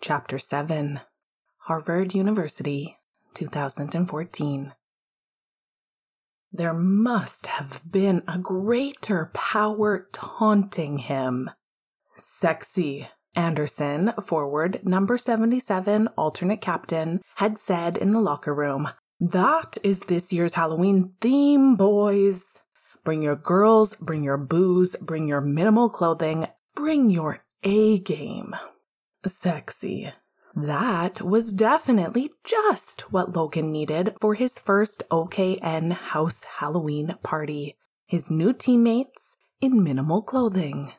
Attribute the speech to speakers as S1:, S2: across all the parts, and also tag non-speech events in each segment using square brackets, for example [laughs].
S1: Chapter 7 Harvard University, 2014. There must have been a greater power taunting him. Sexy. Anderson, forward, number 77, alternate captain, had said in the locker room, That is this year's Halloween theme, boys. Bring your girls, bring your booze, bring your minimal clothing, bring your A game. Sexy. That was definitely just what Logan needed for his first OKN house Halloween party. His new teammates in minimal clothing.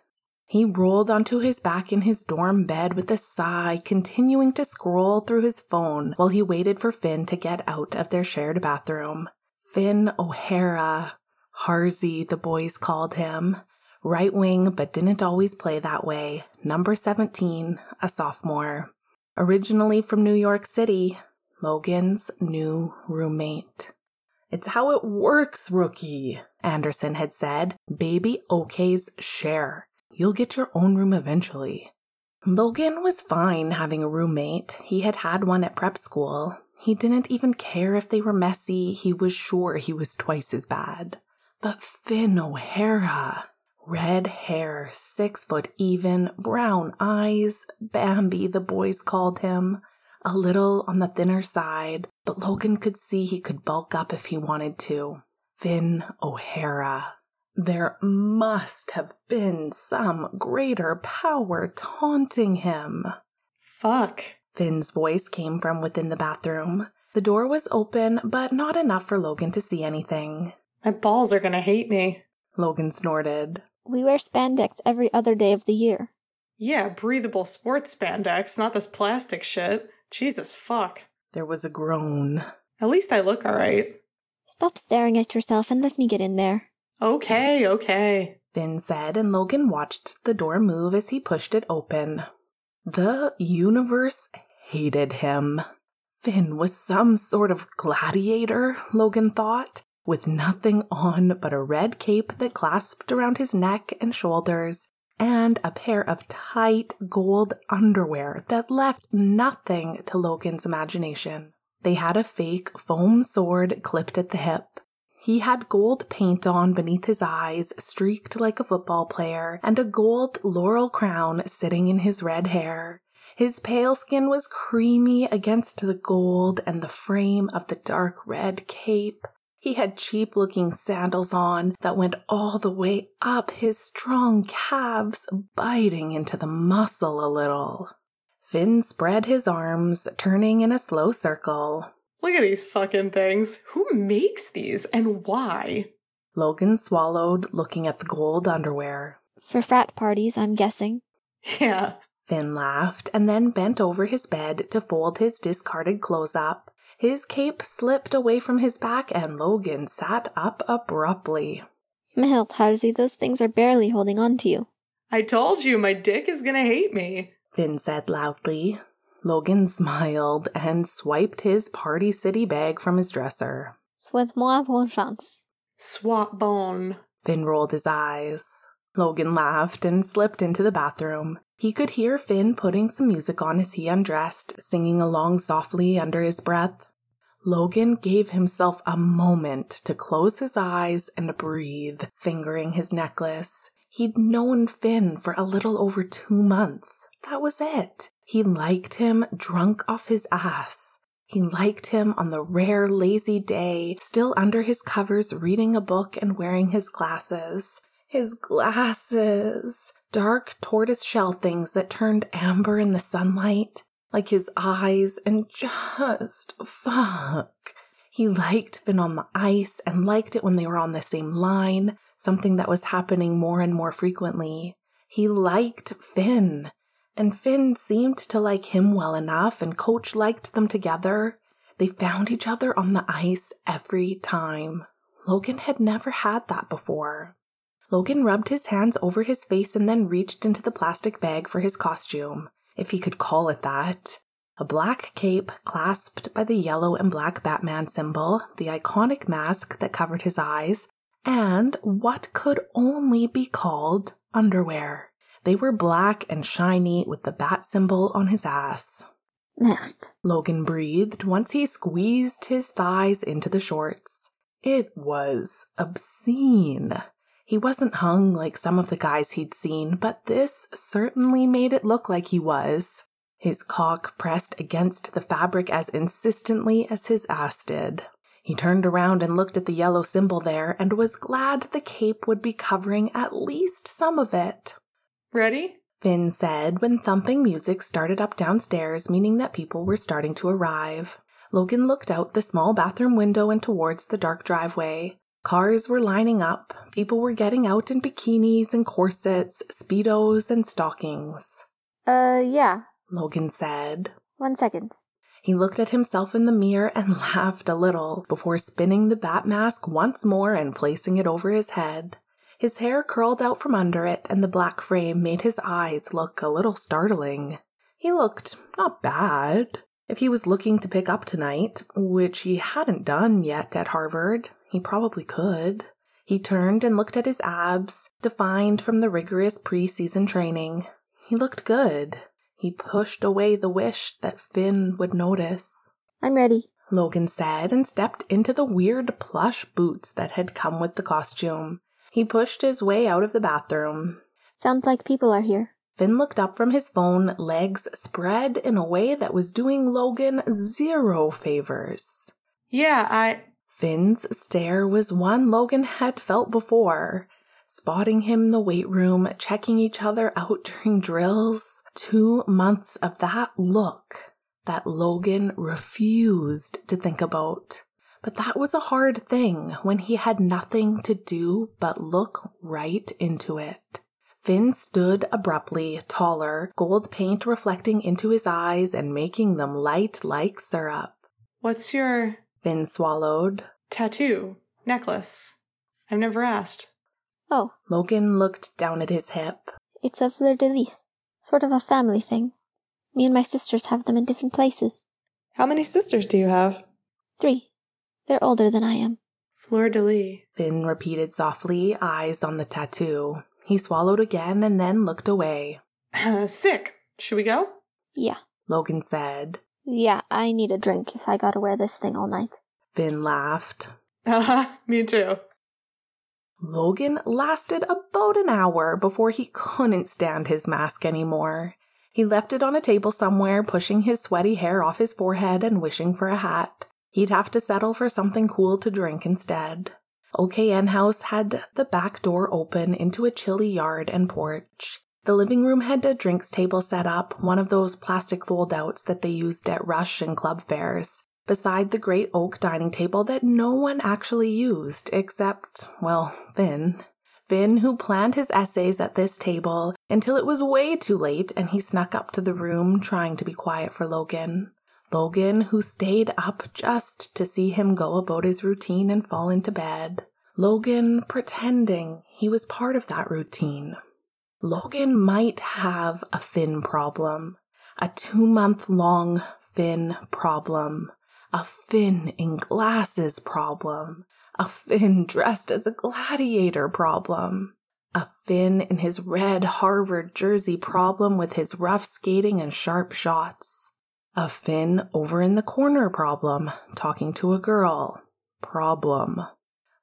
S1: He rolled onto his back in his dorm bed with a sigh, continuing to scroll through his phone while he waited for Finn to get out of their shared bathroom. Finn O'Hara, Harzy, the boys called him, right wing, but didn't always play that way. Number 17, a sophomore. Originally from New York City, Logan's new roommate. It's how it works, rookie, Anderson had said. Baby OK's share. You'll get your own room eventually. Logan was fine having a roommate. He had had one at prep school. He didn't even care if they were messy. He was sure he was twice as bad. But Finn O'Hara, red hair, six foot even, brown eyes, Bambi, the boys called him, a little on the thinner side, but Logan could see he could bulk up if he wanted to. Finn O'Hara. There must have been some greater power taunting him.
S2: Fuck.
S1: Finn's voice came from within the bathroom. The door was open, but not enough for Logan to see anything.
S2: My balls are gonna hate me.
S1: Logan snorted.
S3: We wear spandex every other day of the year.
S2: Yeah, breathable sports spandex, not this plastic shit. Jesus fuck.
S1: There was a groan.
S2: At least I look alright.
S3: Stop staring at yourself and let me get in there.
S2: Okay, okay.
S1: Finn said, and Logan watched the door move as he pushed it open. The universe hated him. Finn was some sort of gladiator, Logan thought, with nothing on but a red cape that clasped around his neck and shoulders, and a pair of tight gold underwear that left nothing to Logan's imagination. They had a fake foam sword clipped at the hip. He had gold paint on beneath his eyes, streaked like a football player, and a gold laurel crown sitting in his red hair. His pale skin was creamy against the gold and the frame of the dark red cape. He had cheap looking sandals on that went all the way up his strong calves, biting into the muscle a little. Finn spread his arms, turning in a slow circle.
S2: Look at these fucking things. Who makes these and why? [laughs]
S1: Logan swallowed, looking at the gold underwear.
S3: For frat parties, I'm guessing.
S2: Yeah.
S1: Finn laughed and then bent over his bed to fold his discarded clothes up. His cape slipped away from his back and Logan sat up abruptly.
S3: Milt, Harzy, those things are barely holding on to you.
S2: I told you my dick is gonna hate me.
S1: Finn said loudly. Logan smiled and swiped his Party City bag from his dresser.
S3: With moi, bonne chance.
S2: Swap bone.
S1: Finn rolled his eyes. Logan laughed and slipped into the bathroom. He could hear Finn putting some music on as he undressed, singing along softly under his breath. Logan gave himself a moment to close his eyes and breathe, fingering his necklace. He'd known Finn for a little over two months. That was it. He liked him drunk off his ass. He liked him on the rare lazy day, still under his covers reading a book and wearing his glasses. His glasses! dark tortoise shell things that turned amber in the sunlight, like his eyes, and just fuck. He liked Finn on the ice and liked it when they were on the same line, something that was happening more and more frequently. He liked Finn, and Finn seemed to like him well enough, and Coach liked them together. They found each other on the ice every time. Logan had never had that before. Logan rubbed his hands over his face and then reached into the plastic bag for his costume, if he could call it that. A black cape clasped by the yellow and black Batman symbol, the iconic mask that covered his eyes, and what could only be called underwear. They were black and shiny with the bat symbol on his ass.
S3: Merde.
S1: Logan breathed once he squeezed his thighs into the shorts. It was obscene. He wasn't hung like some of the guys he'd seen, but this certainly made it look like he was. His cock pressed against the fabric as insistently as his ass did. He turned around and looked at the yellow symbol there and was glad the cape would be covering at least some of it.
S2: Ready?
S1: Finn said when thumping music started up downstairs, meaning that people were starting to arrive. Logan looked out the small bathroom window and towards the dark driveway. Cars were lining up. People were getting out in bikinis and corsets, speedos and stockings.
S3: Uh, yeah.
S1: Logan said.
S3: One second.
S1: He looked at himself in the mirror and [laughs] laughed a little before spinning the bat mask once more and placing it over his head. His hair curled out from under it, and the black frame made his eyes look a little startling. He looked not bad. If he was looking to pick up tonight, which he hadn't done yet at Harvard, he probably could. He turned and looked at his abs, defined from the rigorous preseason training. He looked good. He pushed away the wish that Finn would notice.
S3: I'm ready.
S1: Logan said and stepped into the weird plush boots that had come with the costume. He pushed his way out of the bathroom.
S3: Sounds like people are here.
S1: Finn looked up from his phone, legs spread in a way that was doing Logan zero favors.
S2: Yeah, I.
S1: Finn's stare was one Logan had felt before. Spotting him in the weight room, checking each other out [laughs] during drills. Two months of that look that Logan refused to think about. But that was a hard thing when he had nothing to do but look right into it. Finn stood abruptly, taller, gold paint reflecting into his eyes and making them light like syrup.
S2: What's your
S1: Finn swallowed.
S2: tattoo? Necklace? I've never asked.
S3: Oh,
S1: Logan looked down at his hip.
S3: it's a fleur de lis. Sort of a family thing. Me and my sisters have them in different places.
S4: How many sisters do you have?
S3: Three. They're older than I am.
S2: Fleur de lis.
S1: Finn repeated softly, eyes on the tattoo. He swallowed again and then looked away.
S2: [laughs] Sick. Should we go?
S3: Yeah.
S1: Logan said.
S3: Yeah, I need a drink if I gotta wear this thing all night.
S1: Finn laughed.
S2: Uh huh. Me too.
S1: Logan lasted about an hour before he [laughs] couldn't stand his mask anymore. He left it on a table somewhere, pushing his sweaty hair off his forehead and wishing for a hat. He'd have to settle for something cool to drink instead. OKN House had the back door open into a chilly yard and porch. The living room had a drinks table set up, one of those plastic fold outs that they used at rush and club fairs beside the great oak dining table that no one actually used except, well, Finn. Finn, who planned his essays at this table until it was way too late and he snuck up to the room trying to be quiet for Logan. Logan, who stayed up just to see him go about his routine and fall into bed. Logan pretending he was part of that routine. Logan might have a Finn problem, a two month long Finn problem a Finn in glasses problem, a Finn [laughs] dressed as a gladiator problem, a Finn in his red Harvard jersey problem with his rough skating and sharp shots, a Finn over in the corner problem, talking to a girl problem.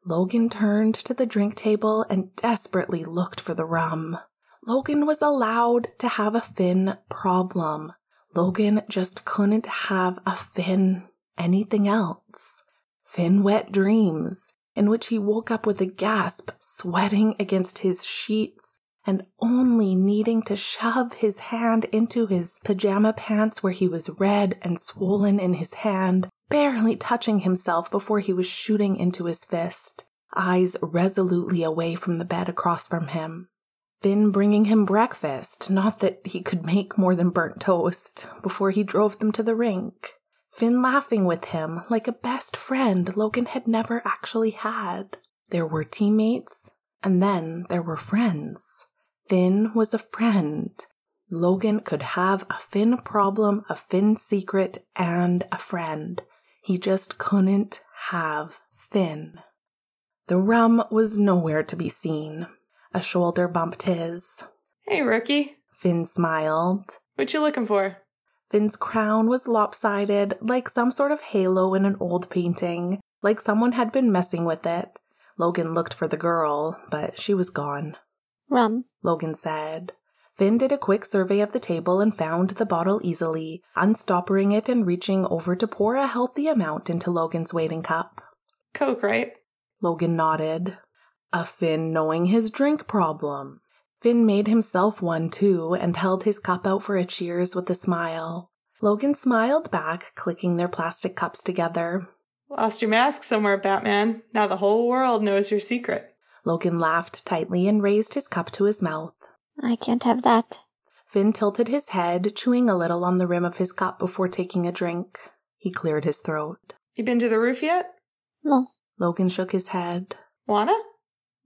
S1: Logan turned to the drink table and desperately looked for the rum. Logan was allowed to have a Finn problem. Logan just couldn't have a Finn anything else. Finn wet dreams, in which he woke up with a gasp, sweating against his sheets, and only needing to shove his hand into his pajama pants where he was red and swollen in his hand, barely touching himself before he was shooting into his fist, eyes resolutely away from the bed across from him. Finn bringing him breakfast, not that he could make more than burnt toast, before he drove them to the rink. Finn laughing with him like a best friend Logan had never actually had. There were teammates, and then there were friends. Finn was a friend. Logan could have a Finn problem, a Finn secret, and a friend. He just couldn't have Finn. The rum was nowhere to be seen. A shoulder bumped his.
S2: Hey, rookie.
S1: Finn smiled.
S2: What you looking for?
S1: Finn's crown was lopsided, like some sort of halo in an old painting, like someone had been messing with it. Logan looked for the girl, but she was gone.
S3: Rum.
S1: Logan said. Finn did a quick survey of the table and found the bottle easily, unstoppering it and reaching over to pour a healthy amount into Logan's waiting cup.
S2: Coke, right?
S1: Logan nodded. A Finn knowing his drink problem. Finn made himself one too and held his cup out for a cheers with a smile. Logan smiled back, clicking their plastic cups together.
S2: Lost your mask somewhere, Batman. Now the whole world knows your secret.
S1: Logan laughed tightly and raised his cup to his mouth.
S3: I can't have that.
S1: Finn tilted his head, chewing a little on the rim of his cup before taking a drink. He cleared his throat.
S2: You been to the roof yet?
S3: No.
S1: Logan shook his head.
S2: Wanna?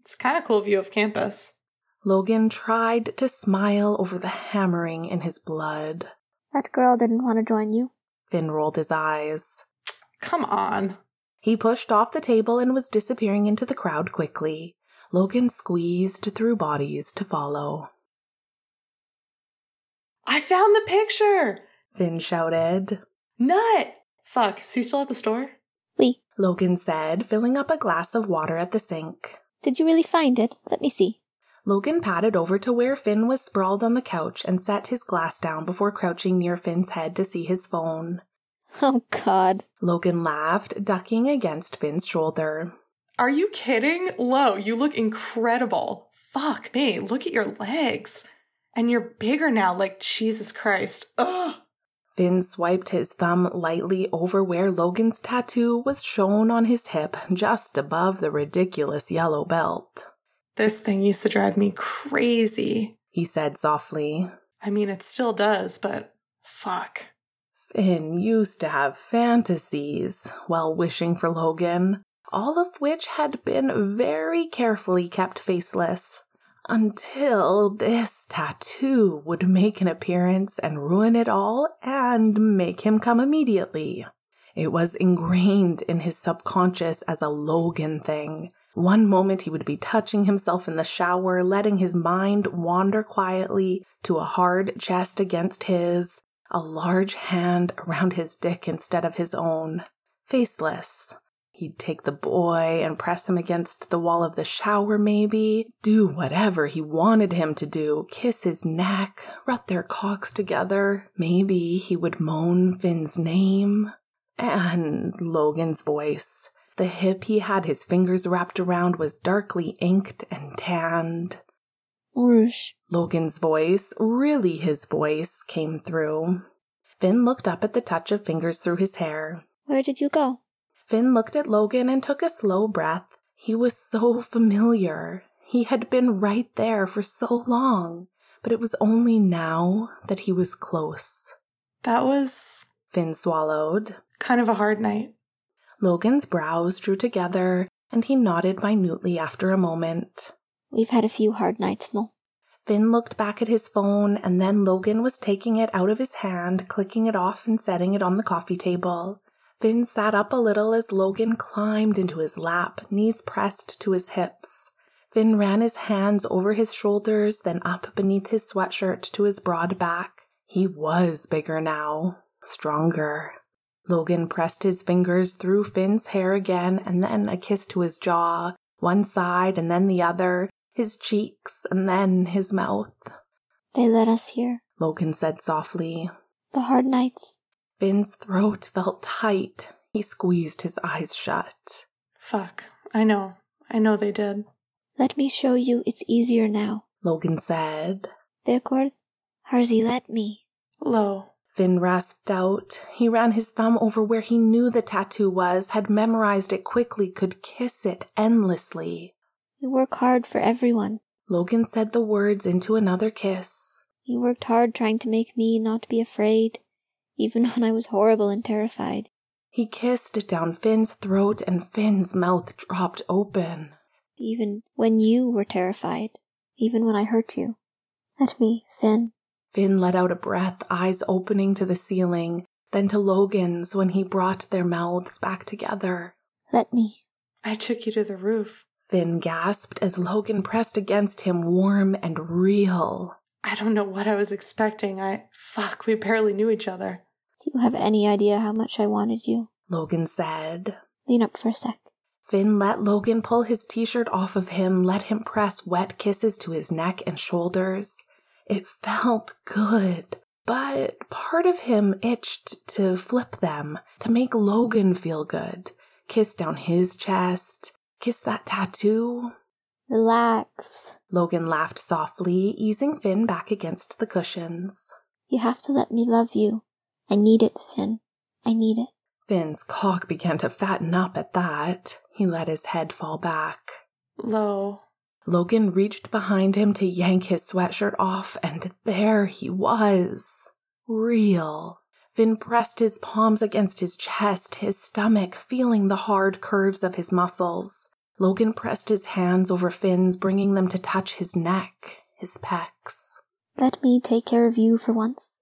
S2: It's kind of cool view of campus.
S1: Logan tried to smile over the hammering in his blood.
S3: That girl didn't want to join you.
S1: Finn rolled his eyes.
S2: Come on.
S1: He pushed off the table and was disappearing into the crowd quickly. Logan squeezed through bodies to follow.
S2: I found the picture!
S1: Finn shouted.
S2: Nut! Fuck, is he still at the store?
S3: We.
S1: Logan said, filling up a glass of water at the sink.
S3: Did you really find it? Let me see. [laughs]
S1: Logan padded over to where Finn was sprawled on the couch and set his glass down before crouching near Finn's head to see his phone.
S3: Oh, God.
S1: Logan laughed, ducking against Finn's shoulder.
S2: Are you kidding? Lo, you look incredible. Fuck me, look at your legs. And you're bigger now, like Jesus Christ. Ugh.
S1: Finn swiped his thumb lightly over where Logan's tattoo was shown on his hip, just above the ridiculous yellow belt.
S2: This thing used to drive me crazy.
S1: He said softly.
S2: I mean, it still does, but fuck.
S1: Finn used to have fantasies while wishing for Logan, all of which had been very carefully kept faceless. Until this tattoo would make an appearance and ruin it all and make him come immediately. It was ingrained in his subconscious as a Logan thing. One moment he would be touching himself in the shower, letting his mind wander quietly to a hard chest against his, a large hand around his dick instead of his own. Faceless. He'd take the boy and press him against the wall of the shower, maybe, do whatever he wanted him to do, kiss his neck, rub their cocks together. Maybe he would moan Finn's name. And Logan's voice. The hip he had his fingers wrapped around was darkly inked and tanned.
S3: Rouge.
S1: Logan's voice, really his voice, came through. Finn looked up at the touch of fingers through his hair.
S3: Where did you go?
S1: Finn looked at Logan and took a slow breath. He was so familiar. He had been right there for so long, but it was only now that he was close.
S2: That was
S1: Finn swallowed.
S2: kind of a hard night.
S1: Logan's brows drew together, and he nodded minutely after a moment.
S3: We've had a few hard nights, no?
S1: Finn looked back at his phone, and then Logan was taking it out of his hand, clicking it off, and setting it on the coffee table. Finn sat up a little as Logan climbed into his lap, knees pressed to his hips. Finn ran his hands over his shoulders, then up beneath his sweatshirt to his broad back. He was bigger now, stronger. Logan pressed his fingers through Finn's hair again, and then a kiss to his jaw, one side and then the other, his cheeks, and then his mouth.
S3: They let us here.
S1: Logan said softly.
S3: The hard nights.
S1: Finn's throat felt tight. He squeezed his eyes shut.
S2: Fuck. I know. I know they did.
S3: Let me show you it's easier now.
S1: Logan said.
S3: D'accord? Harzi, let me.
S2: Lo.
S1: Finn rasped out. He ran his thumb over where he knew the tattoo was, had memorized it quickly, could kiss it endlessly.
S3: You work hard for everyone.
S1: Logan said the words into another kiss.
S3: You worked hard trying to make me not be afraid, [laughs] even when I was horrible and terrified.
S1: He kissed down Finn's throat, and Finn's mouth dropped open.
S3: Even when you were terrified. Even when I hurt you. Let me, Finn.
S1: Finn let out a breath, eyes opening to the ceiling, then to Logan's when he brought their mouths back together.
S3: Let me.
S2: I took you to the roof.
S1: Finn gasped as Logan pressed against him, warm and real.
S2: I don't know what I was expecting. I. Fuck, we barely knew each other.
S3: Do you have any idea how much I wanted you?
S1: Logan said.
S3: Lean up for a sec.
S1: Finn let Logan pull his t shirt off of him, let him press wet kisses to his neck and shoulders. It [laughs] felt good, but part of him itched to flip them, to make Logan feel good. Kiss down his chest, kiss that tattoo.
S3: Relax.
S1: Logan laughed softly, easing Finn back against the cushions.
S3: You have to let me love you. I need it, Finn. I need it.
S1: Finn's cock began to fatten up at that. He let his head fall back.
S2: Lo.
S1: Logan reached behind him to yank his sweatshirt off, and there he was. Real. Finn pressed his palms against his chest, his stomach feeling the hard curves of his muscles. Logan pressed his hands over Finn's, bringing them to touch his neck, his pecs.
S3: Let me take care of you for once.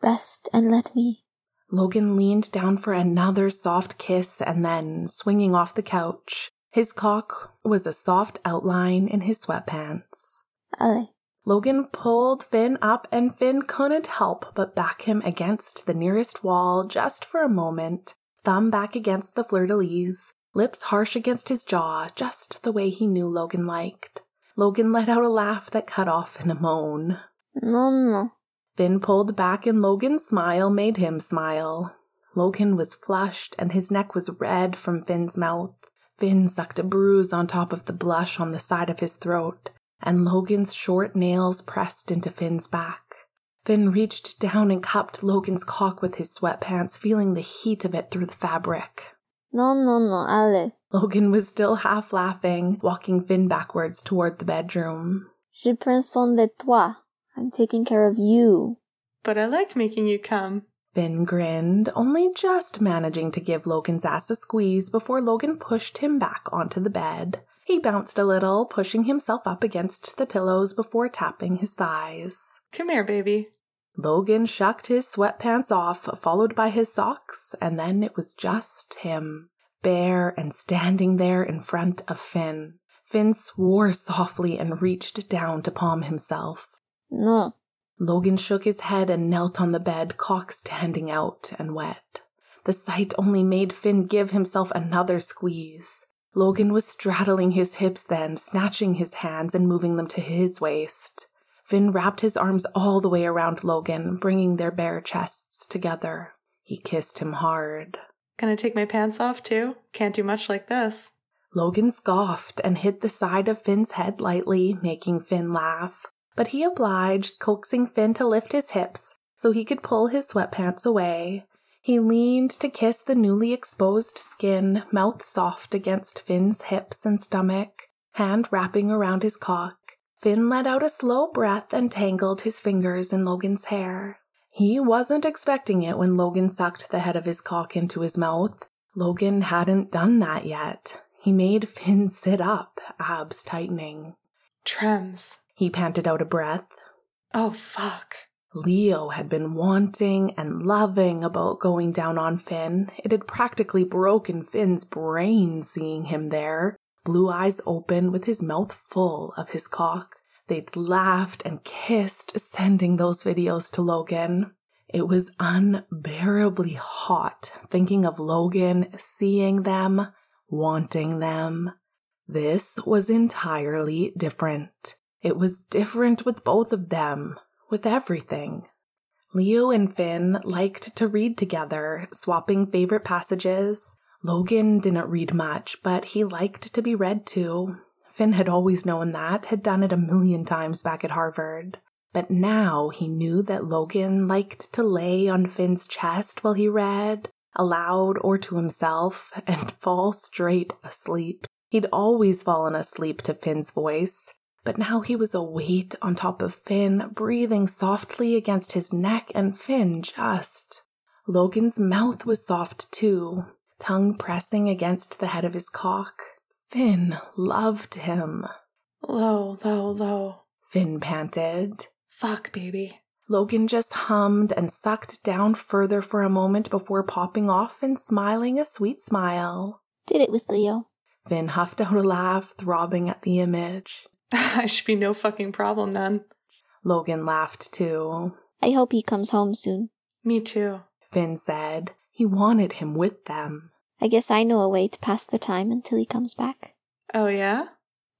S3: Rest and let me.
S1: Logan leaned down for another soft kiss and then, swinging off the couch, his cock was a soft outline in his sweatpants.
S3: Allez.
S1: Logan pulled Finn up, and Finn couldn't help but back him against the nearest wall just for a moment, thumb back against the fleur de lis, lips harsh against his jaw, just the way he knew Logan liked. Logan let out a laugh that cut off in a moan.
S3: No, no.
S1: Finn pulled back, and Logan's smile made him smile. Logan was flushed, and his neck was red from Finn's mouth. Finn sucked a bruise on top of the blush on the side of his throat, and Logan's short nails pressed into Finn's back. Finn reached down and cupped Logan's cock with his sweatpants, feeling the heat of it through the fabric.
S3: No, no, no, Alice.
S1: Logan was still half laughing, walking Finn backwards toward the bedroom.
S3: Je prends soin de toi. I'm taking care of you.
S2: But I like making you come.
S1: Finn grinned, only just managing to give Logan's ass a squeeze before Logan pushed him back onto the bed. He bounced a little, pushing himself up against the pillows before tapping his thighs.
S2: Come here, baby.
S1: Logan shucked his sweatpants off, followed by his socks, and then it was just him, bare and standing there in front of Finn. Finn swore softly and reached down to palm himself.
S3: No.
S1: Logan shook his head and knelt on the bed, cock standing out and wet. The sight only made Finn give himself another squeeze. Logan was straddling his hips then, snatching his hands and moving them to his waist. Finn wrapped his arms all the way around Logan, bringing their bare chests together. He kissed him hard.
S2: Can I take my pants off too? Can't do much like this.
S1: Logan scoffed and hit the side of Finn's head lightly, making Finn laugh but he obliged, coaxing Finn to lift his hips so he could pull his sweatpants away. He leaned to kiss the newly exposed skin, mouth soft against Finn's hips and stomach, hand wrapping around his cock. Finn let out a slow breath and tangled his fingers in Logan's hair. He wasn't expecting it when Logan sucked the head of his cock into his mouth. Logan hadn't done that yet. He made Finn sit up, abs tightening.
S2: Trems.
S1: He panted out a breath.
S2: Oh, fuck.
S1: Leo had been wanting and loving about going down on Finn. It had practically broken Finn's brain seeing him there, blue eyes open with his mouth full of his cock. They'd laughed and kissed, sending those videos to Logan. It was unbearably hot thinking of Logan seeing them, wanting them. This was entirely different. It was different with both of them, with everything. Leo and Finn liked to read together, swapping favorite passages. Logan didn't read much, but he liked to be read to. Finn had always known that, had done it a million times back at Harvard. But now he knew that Logan liked to lay on Finn's chest while he read, aloud or to himself, and [laughs] fall straight asleep. He'd always fallen asleep to Finn's voice, but now he was a weight on top of Finn, breathing softly against his neck, and Finn just. Logan's mouth was soft too, tongue pressing against the head of his cock. Finn loved him.
S2: Low, low, low.
S1: Finn panted.
S2: Fuck, baby. [laughs]
S1: Logan just hummed and sucked down further for a moment before popping off and smiling a sweet smile.
S3: Did it with Leo.
S1: Finn huffed out a laugh, throbbing at the image.
S2: I should be no fucking problem then.
S1: Logan laughed too.
S3: I hope he comes home soon.
S2: Me too.
S1: Finn said he wanted him with them.
S3: I guess I know a way to pass the time until he comes back.
S2: Oh, yeah?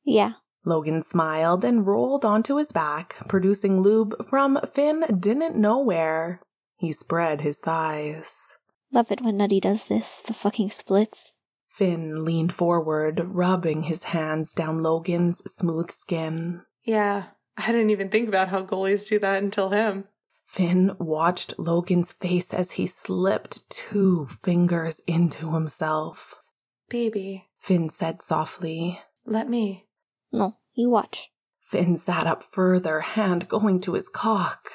S3: Yeah,
S1: Logan smiled and rolled onto his back, producing lube from Finn didn't know where. He spread his thighs.
S3: love it when Nutty does this, the fucking splits.
S1: Finn leaned forward, rubbing his hands down Logan's smooth skin.
S2: Yeah. I didn't even think about how goalies do that until him.
S1: Finn watched Logan's face as he slipped two fingers into himself.
S2: Baby,
S1: Finn said softly.
S2: let me.
S3: No, you watch.
S1: Finn sat up further, hand going to his cock.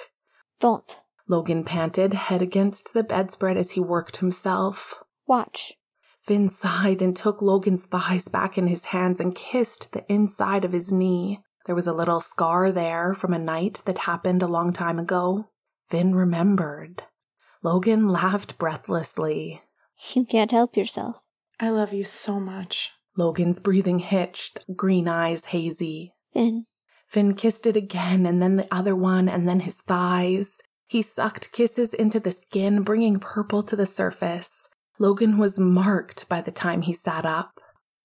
S3: Don't.
S1: Logan panted, head against the bedspread as he worked himself.
S3: Watch.
S1: Finn sighed and took Logan's thighs back in his hands and kissed the inside of his knee. There was a little scar there from a night that happened a long time ago. Finn remembered. Logan laughed breathlessly.
S3: You can't help yourself.
S2: I love you so much.
S1: Logan's breathing hitched, green eyes hazy.
S3: Finn,
S1: Finn kissed it again, and then the other one, and then his thighs. He sucked kisses into the skin, bringing purple to the surface. Logan was marked by the time he sat up.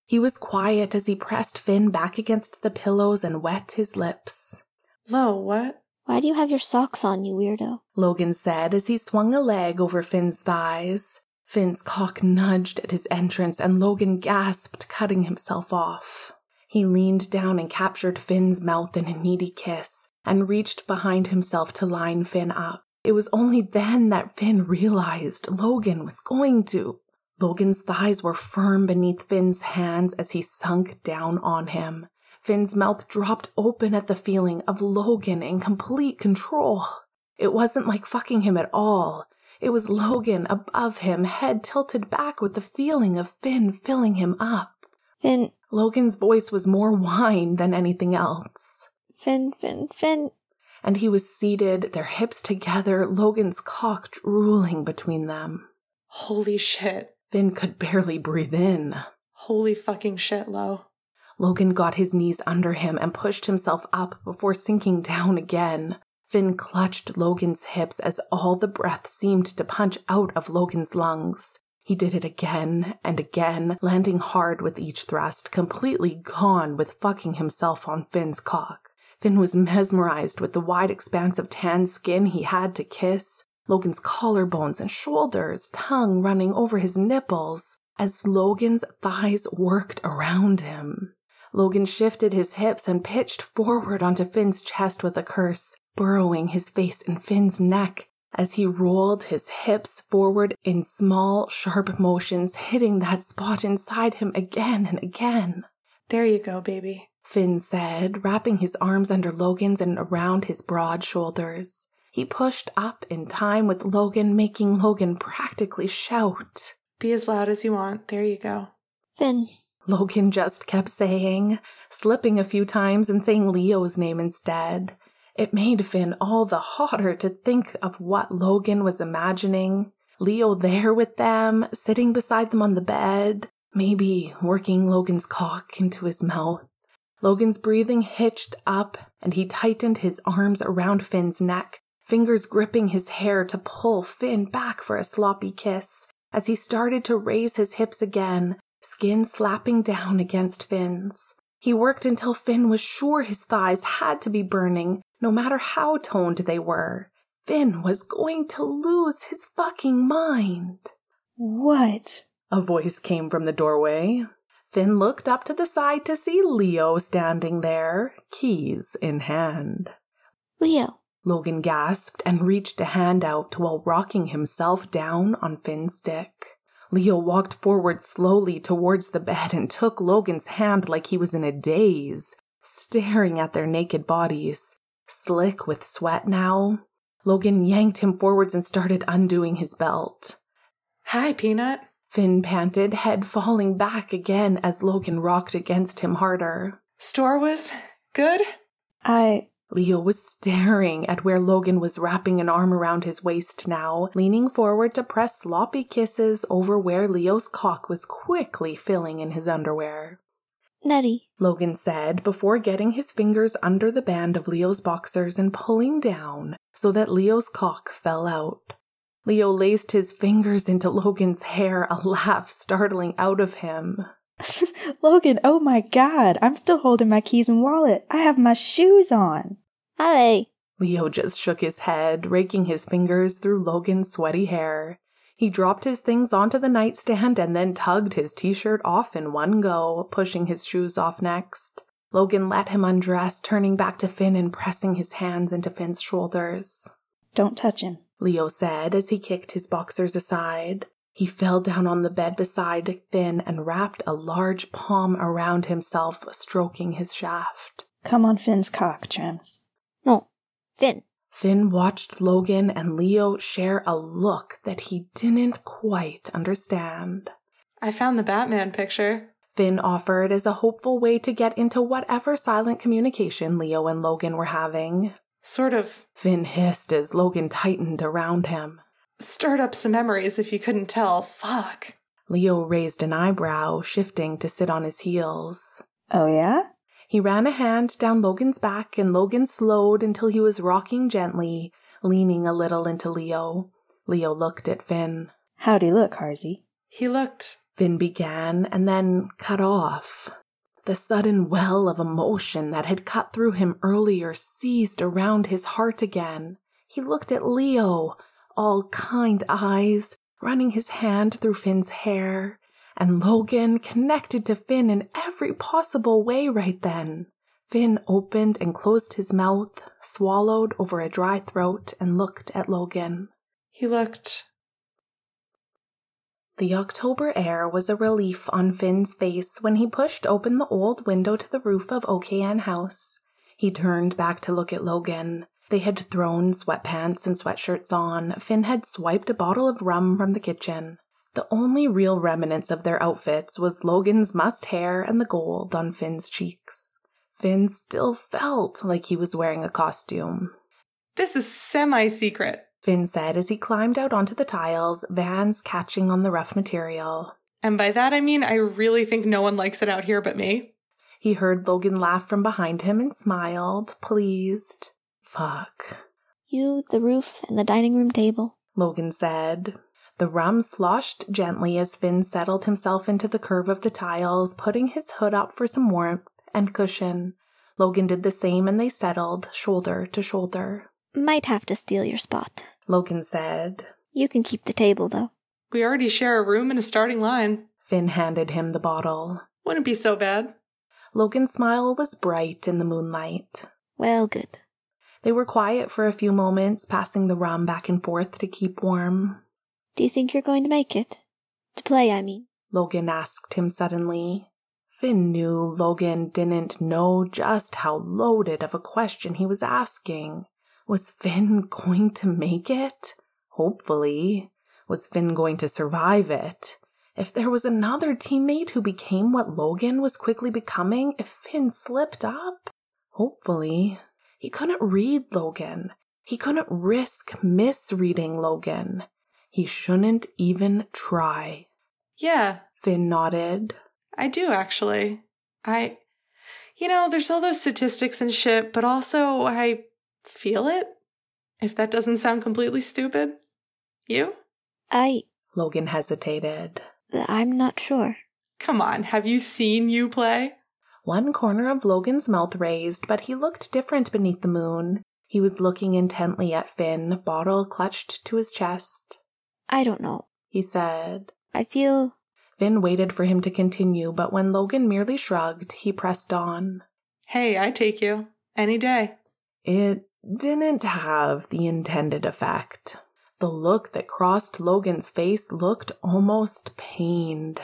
S1: He was quiet as he pressed Finn back against the pillows and wet his lips.
S2: Lo, what?
S3: why do you have your socks on, you weirdo?
S1: Logan said as he swung a leg over Finn's thighs. Finn's cock nudged at his entrance, and Logan gasped, cutting himself off. He leaned down and captured Finn's mouth in a needy kiss, and reached behind himself to line Finn up. It was only then that Finn realized Logan was going to. Logan's thighs were firm beneath Finn's hands as he sunk down on him. Finn's mouth dropped open at the feeling of Logan in complete control. It wasn't like fucking him at all. It was Logan above him, head tilted back with the feeling of Finn filling him up.
S3: Finn,
S1: Logan's voice was more whine than anything else.
S3: Finn, Finn, Finn.
S1: And he was seated, their hips together, Logan's cock drooling between them.
S2: Holy shit.
S1: Finn could barely breathe in.
S2: Holy fucking shit, Lo.
S1: Logan got his knees under him and pushed himself up before sinking [laughs] down again. Finn clutched Logan's hips as all the breath seemed to punch out of Logan's lungs. He did it again and again, landing hard with each thrust, completely gone with fucking himself on Finn's cock. Finn was mesmerized with the wide expanse of tan skin he had to kiss, Logan's collarbones and shoulders, tongue running over his nipples, as Logan's thighs worked around him. Logan shifted his hips and pitched forward onto Finn's chest with a curse, burrowing his face in Finn's neck as he rolled his hips forward in small, sharp motions, hitting that spot inside him again and again.
S2: There you go, baby.
S1: Finn said, wrapping his arms under Logan's and around his broad shoulders. He pushed up in time with Logan, making Logan practically shout.
S2: Be as loud as you want. There you go.
S3: Finn,
S1: Logan just kept saying, slipping a few times and saying Leo's name instead. It made Finn all the hotter to think of what Logan was imagining. Leo there with them, sitting beside them on the bed, maybe working Logan's cock into his mouth. Logan's breathing hitched up and he tightened his arms around Finn's neck, fingers gripping his hair to pull Finn back for a sloppy kiss as he started to raise his hips again, skin slapping down against Finn's. He worked until Finn was sure his thighs had to be burning, no matter how toned they were. Finn was going to lose his fucking mind.
S4: What?
S1: A voice came from the doorway. Finn looked up to the side to see Leo standing there, keys in hand.
S3: Leo,
S1: Logan gasped and reached a hand out while rocking himself down on Finn's dick. Leo walked forward slowly towards the bed and took Logan's hand like he was in a daze, staring at their naked bodies. Slick with sweat now, Logan yanked him forwards and started undoing his belt.
S2: Hi, Peanut.
S1: Finn panted, head falling back again as Logan rocked against him harder.
S2: Store was good?
S4: I.
S1: Leo was staring at where Logan was wrapping an arm around his waist now, leaning forward to press sloppy kisses over where Leo's cock was quickly filling in his underwear.
S3: Nettie.
S1: Logan said before getting his fingers under the band of Leo's boxers and pulling down so that Leo's cock fell out. Leo laced his fingers into Logan's hair, a laugh startling out of him.
S4: Logan, oh my god, I'm still holding my keys and wallet. I have my shoes on.
S3: Alley.
S1: Leo just shook his head, raking his fingers through Logan's sweaty hair. He dropped his things onto the nightstand and then tugged his t shirt off in one go, pushing his shoes off next. Logan let him undress, turning back to Finn and pressing his hands into Finn's shoulders.
S4: Don't touch him.
S1: Leo said as he kicked his boxers aside. He fell down on the bed beside Finn and wrapped a large palm around himself, stroking his shaft.
S4: Come on Finn's cock, Trims.
S3: No. Finn.
S1: Finn watched Logan and Leo share a look that he didn't quite understand.
S2: I found the Batman picture.
S1: Finn offered as a hopeful way to get into whatever silent communication Leo and Logan were having.
S2: Sort of
S1: Finn hissed as Logan tightened around him.
S2: stirred up some memories if you couldn't tell. Fuck.
S1: Leo raised an eyebrow, shifting to sit on his heels.
S4: Oh yeah?
S1: He ran a hand down Logan's back, and Logan slowed until he was rocking gently, leaning a little into Leo. Leo looked at Finn.
S4: Howdy look, Harzy.
S2: He looked.
S1: Finn began and then cut off. The sudden well of emotion that had cut through him earlier seized around his heart again. He looked at Leo, all kind eyes, running his hand through Finn's hair, and Logan connected to Finn in every possible way right then. Finn opened and closed his mouth, swallowed over a dry throat, and looked at Logan.
S2: He looked.
S1: The October air was a relief on Finn's face when he pushed open the old window to the roof of OKN House. He turned back to look at Logan. They had thrown sweatpants and sweatshirts on. Finn had swiped a bottle of rum from the kitchen. The only real remnants of their outfits was Logan's must hair and the gold on Finn's cheeks. Finn still felt like he was wearing a costume.
S2: This is semi secret.
S1: Finn said as he climbed out onto the tiles, Vans catching on the rough material.
S2: And by that I mean I really think no one likes it out here but me.
S1: He heard Logan laugh from behind him and smiled, pleased. Fuck,
S3: You, the roof, and the dining room table.
S1: Logan said. The rum sloshed gently as Finn settled himself into the curve of the tiles, putting his hood up for some warmth and cushion. Logan did the same and they settled, shoulder to shoulder.
S3: Might have to steal your spot.
S1: Logan said.
S3: You can keep the table, though.
S2: We already share a room and a starting line.
S1: Finn handed him the bottle.
S2: Wouldn't be so bad.
S1: Logan's smile was bright in the moonlight.
S3: Well, good.
S1: They were quiet for a few moments, passing the rum back and forth to keep warm.
S3: Do you think you're going to make it? To play, I mean.
S1: Logan asked him suddenly. Finn knew Logan didn't know just how loaded of a question he was asking. Was Finn going to make it? Hopefully. Was Finn going to survive it? If there was another teammate who became what Logan was quickly becoming, if Finn slipped up? Hopefully. He couldn't read Logan. He couldn't risk misreading Logan. He shouldn't even try.
S2: Yeah,
S1: Finn nodded.
S2: I do actually. I, you know, there's all those statistics and shit, but also I feel it. If that doesn't sound completely stupid, you?
S3: I.
S1: Logan hesitated.
S3: I'm not sure.
S2: Come on, have you seen you play?
S1: One corner of Logan's mouth raised, but he looked different beneath the moon. He was looking intently at Finn, bottle clutched to his chest.
S3: I don't know.
S1: He said.
S3: I feel.
S1: Finn waited for him to continue, but when Logan merely shrugged, he pressed on.
S2: Hey, I take you. Any day.
S1: It didn't have the intended effect. The look that crossed Logan's face looked almost pained.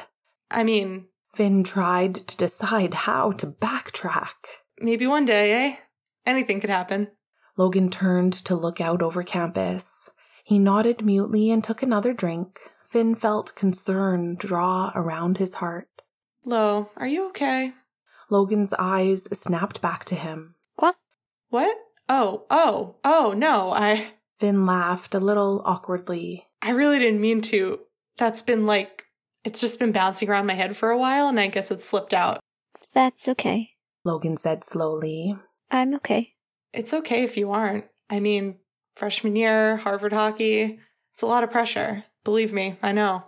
S2: I mean,
S1: Finn tried to decide how to backtrack.
S2: maybe one day, eh? Anything could happen.
S1: Logan turned to look out over campus. He nodded mutely and took another drink. Finn felt concern draw around his heart.
S2: Lo, are you okay?
S1: Logan's eyes snapped back to him.
S3: Qua?
S2: What? Oh, oh, oh, no, I,
S1: Finn laughed a little awkwardly.
S2: I really didn't mean to. That's been like, it's just been bouncing around my head for a while, and I guess it slipped out.
S3: if that's okay.
S1: Logan said slowly.
S3: I'm okay.
S2: It's okay if you aren't. I mean, freshman year, Harvard hockey, it's a lot of pressure. Believe me, I know.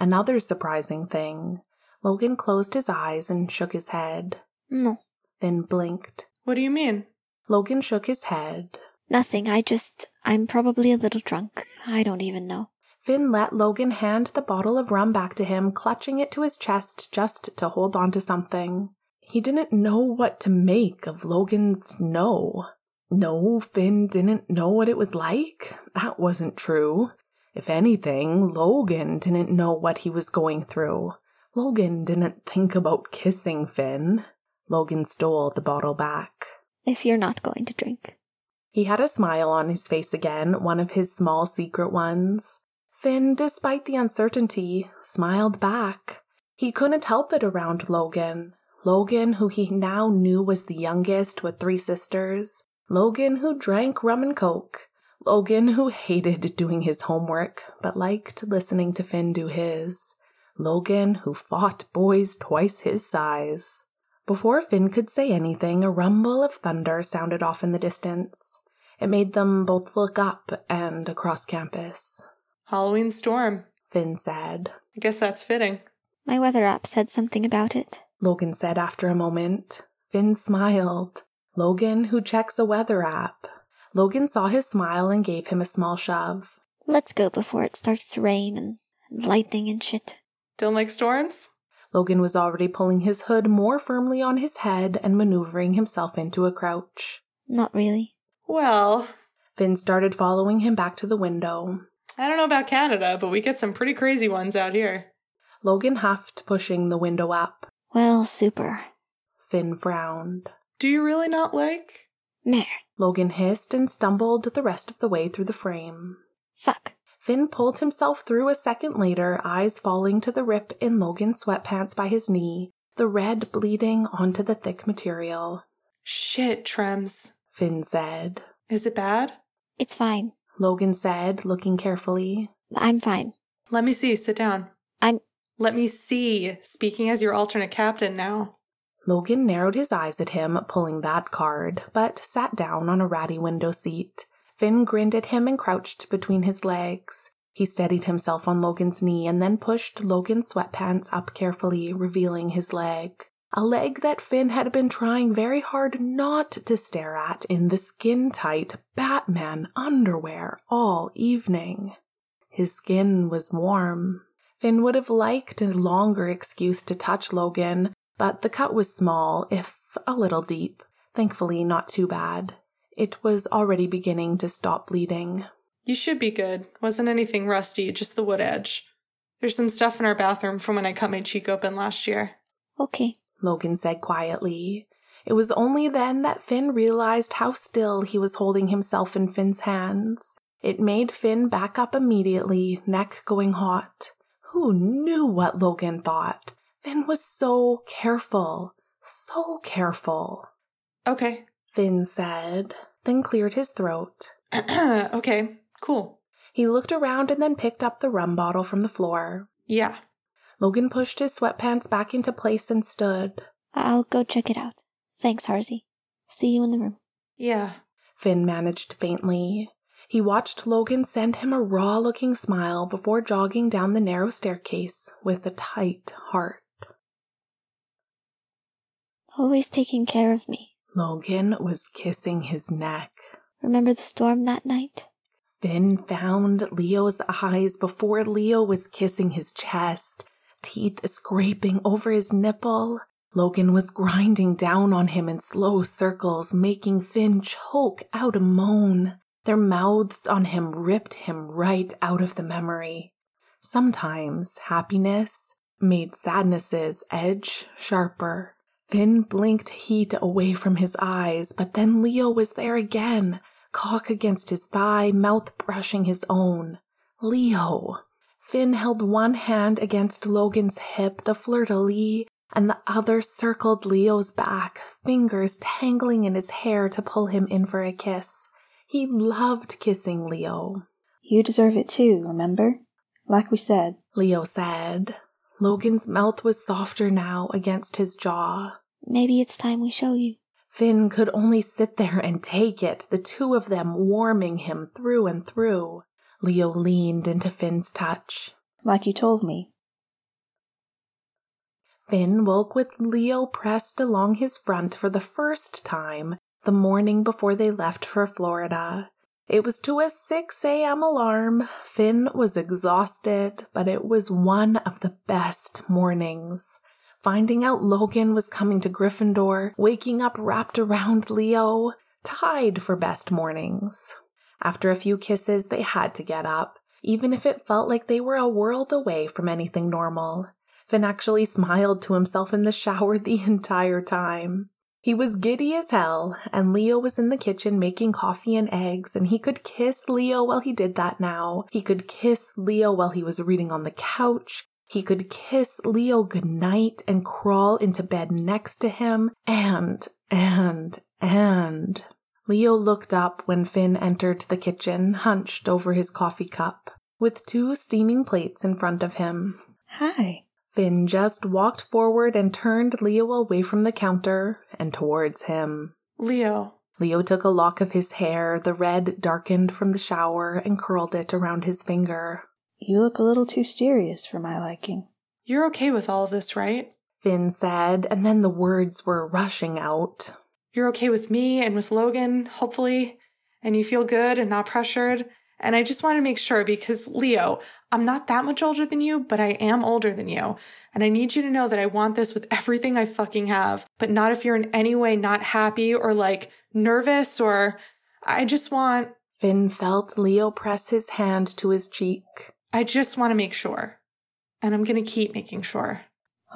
S1: Another surprising thing. Logan closed his eyes and shook his head,
S3: No,
S1: then blinked.
S2: What do you mean?
S1: Logan shook his head.
S3: nothing. I just, I'm probably a little drunk. I don't even know.
S1: Finn let Logan hand the bottle of rum back to him, clutching it to his chest just to hold on to something. He didn't know what to make of Logan's no. No, Finn didn't know what it was like. That wasn't true. If anything, Logan didn't know what he was going through. Logan didn't think about kissing Finn. Logan stole the bottle back.
S3: If you're not going to drink.
S1: He had a smile on his face again, one of his small secret ones. Finn, despite the uncertainty, smiled back. He couldn't help it around Logan. Logan, who he now knew was the youngest with three sisters. Logan, who drank rum and coke. Logan, who hated doing his homework, but liked listening to Finn do his. Logan, who fought boys twice his size. Before Finn could say anything, a rumble of thunder sounded off in the distance. It made them both look up and across campus.
S2: Halloween storm.
S1: Finn said.
S2: I guess that's fitting.
S3: My weather app said something about it.
S1: Logan said after a moment. Finn smiled. Logan, who checks a weather app. Logan saw his smile and gave him a small shove.
S3: Let's go before it starts to rain and, and lightning and shit.
S2: Don't like storms?
S1: Logan was already pulling his hood more firmly on his head and maneuvering himself into a crouch.
S3: Not really.
S2: Well,
S1: Finn started following him back to the window.
S2: I don't know about Canada, but we get some pretty crazy ones out here.
S1: Logan huffed, pushing the window up.
S3: Well, super.
S1: Finn frowned.
S2: Do you really not like?
S3: Meh.
S1: Logan hissed and stumbled the rest of the way through the frame.
S3: Fuck.
S1: Finn pulled himself through a second later, eyes falling to the rip in Logan's sweatpants by his knee, the red bleeding onto the thick material.
S2: Shit, Trems.
S1: Finn said.
S2: Is it bad?
S3: It's fine.
S1: Logan said, looking carefully.
S3: I'm fine.
S2: Let me see. Sit down.
S3: I'm-
S2: Let me see. Speaking as your alternate captain now.
S1: Logan narrowed his eyes at him, pulling that card, but sat down on a ratty window seat. Finn grinned at him and crouched between his legs. He steadied himself on Logan's knee and then pushed Logan's sweatpants up carefully, revealing his leg. A leg that Finn had been trying very hard not to stare at in the skin tight Batman underwear all evening. His skin was warm. Finn would have liked a longer excuse to touch Logan, but the cut was small, if a little deep. Thankfully, not too bad. It was already beginning to stop bleeding.
S2: You should be good. Wasn't anything rusty, just the wood edge. There's some stuff in our bathroom from when I cut my cheek open last year.
S3: Okay.
S1: Logan said quietly. It was only then that Finn realized how still he was holding himself in Finn's hands. It made Finn back up immediately, neck going hot. Who knew what Logan thought? Finn was so careful, so careful,
S2: Okay. [clears throat]
S1: Finn said, then cleared his throat.
S2: okay. Cool.
S1: He looked around and then picked up the rum bottle from the floor.
S2: Yeah.
S1: Logan pushed his sweatpants back into place and stood.
S3: I- I'll go check it out. Thanks, Harzy. See you in the room.
S2: Yeah.
S1: Finn managed faintly. He watched Logan send him a raw looking smile before jogging down the narrow staircase with a tight heart.
S3: Always taking care of me.
S1: Logan was kissing his neck.
S3: Remember the storm that night?
S1: Finn found Leo's eyes before Leo was kissing his chest, teeth scraping over his nipple. Logan was grinding down on him in slow circles, making Finn choke out a moan. Their mouths on him ripped him right out of the memory. Sometimes happiness made sadness's edge sharper. Finn blinked heat away from his eyes, but then Leo was there again, cock against his thigh, mouth brushing his own. Leo. Finn held one hand against Logan's hip, the fleur de lis, and the other circled Leo's back, fingers tangling in his hair to pull him in for a kiss. He loved kissing Leo.
S4: You deserve it too, remember? Like we said,
S1: Leo said. Logan's mouth was softer now against his jaw.
S3: Maybe it's time we show you.
S1: Finn could only sit there and take it, the two of them warming him through and through. Leo leaned into Finn's touch.
S4: like you told me.
S1: Finn woke with Leo pressed along his front for the first time the morning before they left for Florida. It was to a 6 a.m. alarm. Finn was exhausted, but it was one of the best mornings. Finding out Logan was coming to Gryffindor, waking up wrapped around Leo, tied for best mornings. After a few kisses, they had to get up, even if it felt like they were a world away from anything normal. Finn actually smiled to himself in the shower [laughs] the entire time. He was giddy as hell, and Leo was in the kitchen making coffee and eggs, and he could kiss Leo while he did that now. He could kiss Leo while he was reading on the couch. He could kiss Leo goodnight and crawl into bed next to him, and, and, and. Leo looked up when Finn entered the kitchen, hunched over his coffee cup, with two steaming plates in front of him.
S4: Hi.
S1: Finn just walked forward and turned Leo away from the counter and towards him.
S2: Leo,
S1: Leo took a lock of his hair, the red darkened from the shower, and curled it around his finger.
S4: You look a little too serious for my liking.
S2: you're okay with all of this, right?
S1: Finn said, and then the words were rushing out.
S2: You're okay with me and with Logan, hopefully, and you feel good and not pressured. And I just want to make sure because, Leo, I'm not that much older than you, but I am older than you. And I need you to know that I want this with everything I fucking have, but not if you're in any way not happy or like nervous or I just want,
S1: Finn felt Leo press his hand to his cheek.
S2: I just want to make sure. And I'm going to keep making sure.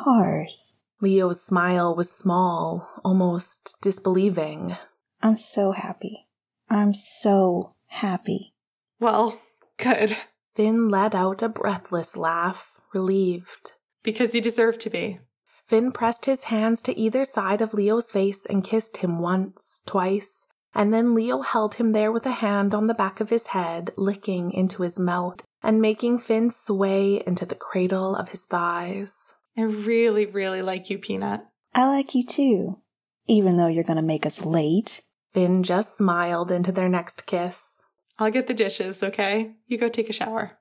S4: Horrors.
S1: Leo's smile was small, almost disbelieving.
S4: I'm so happy. I'm so happy.
S2: Well, [laughs] good.
S1: Finn let out a breathless laugh, relieved.
S2: Because you deserve to be.
S1: Finn pressed his hands to either side of Leo's face and kissed him once, twice, and then Leo held him there with a hand on the back of his head, licking into his mouth and making Finn sway into the cradle of his thighs.
S2: I really, really like you, Peanut.
S4: I like you too. Even though you're gonna make us late.
S1: Finn just smiled into their next kiss.
S2: I'll get the dishes, okay? You go take a shower.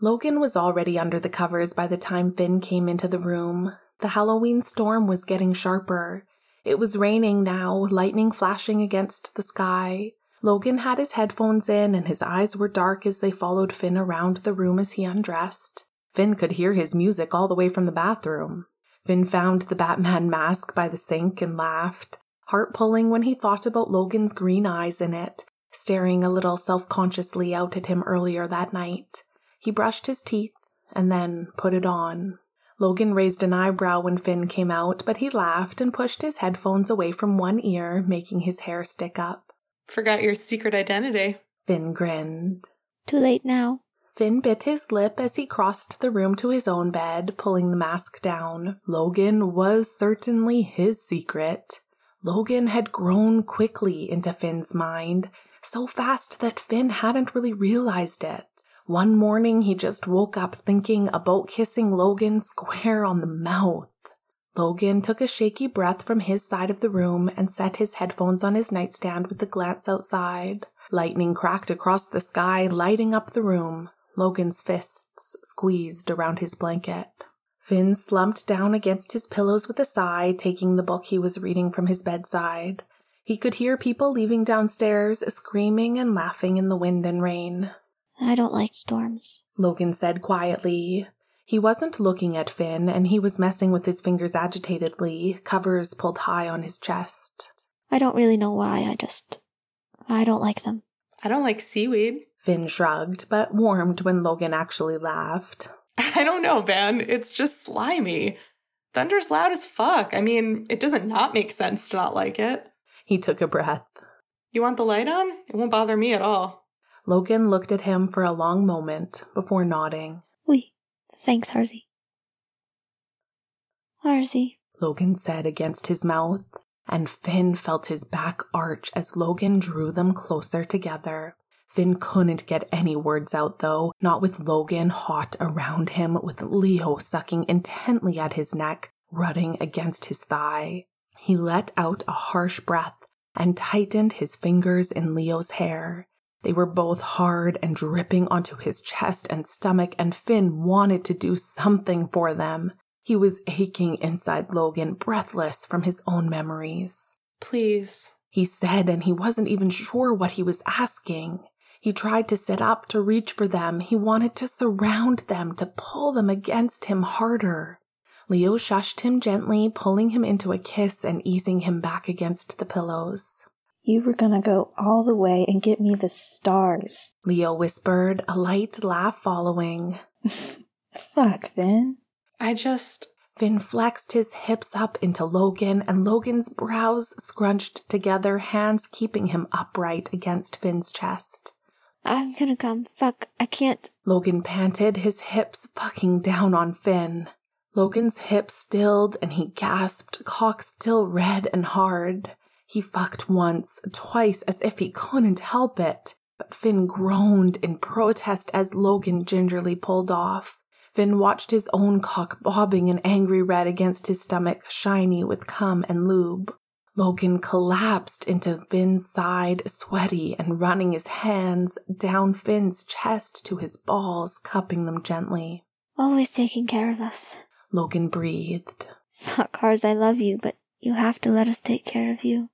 S1: Logan was already under the covers by the time Finn came into the room. The Halloween storm was getting sharper. It was raining now, lightning flashing against the sky. Logan had his headphones in, and his eyes were dark as they followed Finn around the room as he undressed. Finn could hear his music all the way from the bathroom. Finn found the Batman mask by the sink and laughed, heart pulling when he thought about Logan's green eyes in it, staring a little self consciously out at him earlier that night. He brushed his teeth and then put it on. Logan raised an eyebrow when Finn came out, but he laughed and pushed his headphones away from one ear, making his hair stick up.
S2: Forgot your secret identity.
S1: Finn grinned.
S3: Too late now.
S1: Finn bit his lip as he crossed the room to his own bed, pulling the mask down. Logan was certainly his secret. Logan had grown quickly into Finn's mind, so fast that Finn hadn't really realized it. One morning he just woke up thinking about kissing Logan square on the mouth. Logan took a shaky breath from his side of the room and set his headphones on his nightstand with a glance outside. Lightning cracked across the sky, lighting up the room. Logan's fists squeezed around his blanket. Finn slumped down against his pillows with a sigh, taking the book he was reading from his bedside. He could hear people leaving downstairs, screaming and laughing in the wind and rain.
S3: I don't like storms.
S1: Logan said quietly. He wasn't looking at Finn, and he was messing with his fingers agitatedly, covers pulled high on his chest.
S3: I don't really know why. I just. I don't like them.
S2: I don't like seaweed. [laughs]
S1: Finn shrugged, but warmed when Logan actually laughed.
S2: I don't know, man. It's just slimy. Thunder's loud as fuck. I mean, it doesn't not make sense to not like it.
S1: He took a breath.
S2: You want the light on? It won't bother me at all.
S1: Logan looked at him for a long moment before nodding.
S3: We. Thanks, Harzy. Harzy.
S1: Logan said against his mouth, and Finn felt his back arch as Logan drew them closer together. Finn couldn't get any words out, though, not with Logan hot around him, with Leo sucking intently at his neck, rutting against his thigh. He let out a harsh breath and tightened his fingers in Leo's hair. They were both hard and dripping onto his chest and stomach, and Finn wanted to do something for them. He was aching inside Logan, breathless from his own memories.
S2: Please.
S1: He said, and he wasn't even sure what he was asking. He tried to sit up to reach for them. He wanted to surround them, to pull them against him harder. Leo shushed him gently, pulling him into a kiss and easing him back against the pillows.
S4: You were gonna go all the way and get me the stars.
S1: Leo whispered, a light laugh following.
S4: Fuck, Finn.
S2: I just.
S1: Finn flexed his hips up into Logan, and Logan's brows scrunched together, hands keeping him upright against Finn's chest.
S3: I'm gonna come. Fuck, I can't.
S1: Logan panted, his hips fucking down on Finn. Logan's hips stilled and he gasped, cock still red and hard. He fucked once, twice, as if he couldn't help it. But Finn groaned in protest as Logan gingerly pulled off. Finn watched his own cock bobbing an angry red against his stomach, shiny with cum and lube. Logan collapsed into Finn's side, sweaty and running his hands down Finn's chest to his balls, cupping them gently.
S3: Always taking care of us.
S1: Logan breathed.
S3: Fuck, Cars, I love you, but you have to let us take care of you.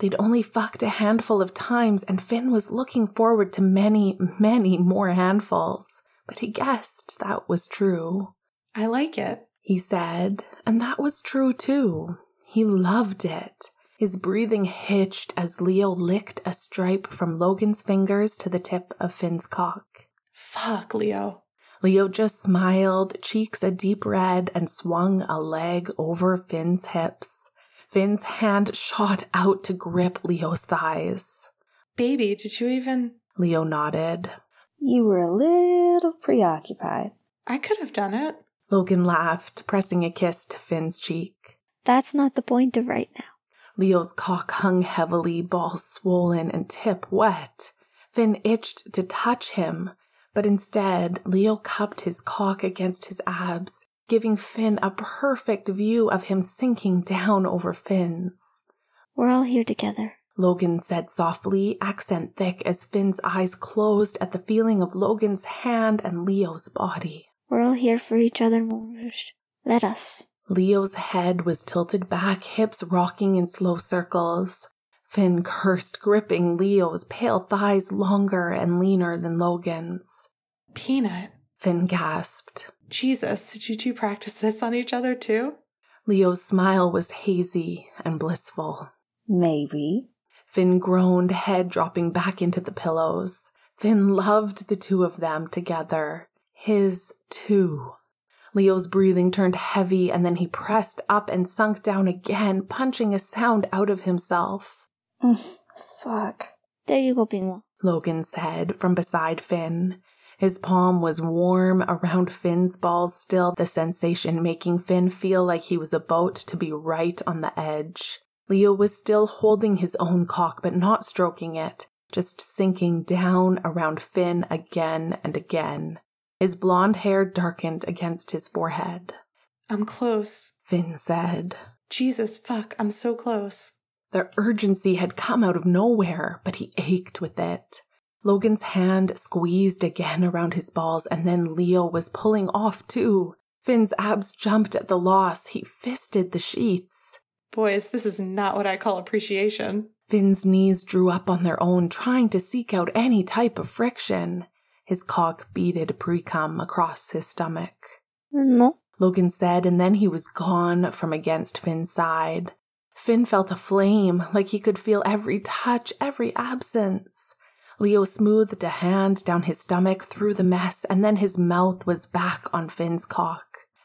S1: They'd only fucked a handful of times, and Finn was looking forward to many, many more handfuls. But he guessed that was true,
S2: I like it.
S1: he said, and that was true too. He loved it. His breathing hitched as Leo licked a stripe from Logan's fingers to the tip of Finn's cock.
S2: Fuck, Leo.
S1: Leo just smiled, cheeks a deep red, and swung a leg over Finn's hips. Finn's hand shot out to grip Leo's thighs.
S2: Baby, did you even.
S1: Leo nodded.
S4: You were a little preoccupied.
S2: I could have done it.
S1: Logan laughed, pressing a kiss to Finn's cheek.
S3: That's not the point of right now.
S1: Leo's cock hung heavily, ball swollen and tip wet. Finn itched to touch him, but instead, Leo cupped his cock against his abs, giving Finn a perfect view of him sinking down over Finn's.
S3: We're all here together.
S1: Logan said softly, accent thick as Finn's eyes closed at the feeling of Logan's hand and Leo's body.
S3: We're all here for each other, Moorish. Let us.
S1: Leo's head was tilted back, hips rocking in slow circles. Finn cursed, gripping Leo's pale thighs longer and leaner than Logan's.
S2: Peanut.
S1: Finn gasped.
S2: Jesus, did you two practice this on each other too?
S1: Leo's smile was hazy and blissful.
S4: Maybe.
S1: Finn groaned, head dropping back into the pillows. Finn loved the two of them together. His two. Leo's breathing turned heavy and then he pressed up and sunk down again, punching a sound out of himself.
S4: Mm, Fuck.
S3: There you go, Bingwa.
S1: Logan said from beside Finn. His palm was warm around Finn's balls still, the sensation making Finn feel like he was about to be right on the edge. Leo was still holding his own cock, but not stroking it, just sinking down around Finn again and again. His blonde hair darkened against his forehead.
S2: I'm close.
S1: Finn said.
S2: Jesus, fuck, I'm so close.
S1: The urgency had come out of nowhere, but he ached with it. Logan's hand squeezed again around his balls, and then Leo was pulling off too. Finn's abs jumped at the loss. He fisted the sheets.
S2: Boys, this is not what I call appreciation. [sighs]
S1: Finn's knees drew up on their own, trying to seek out any type of friction. His cock beaded precum across his stomach.
S3: Mm, No.
S1: Logan said, and then he was gone from against Finn's side. Finn felt a flame, like he could feel every touch, every absence. Leo smoothed a hand down his stomach through the mess, and then his mouth was back on Finn's cock.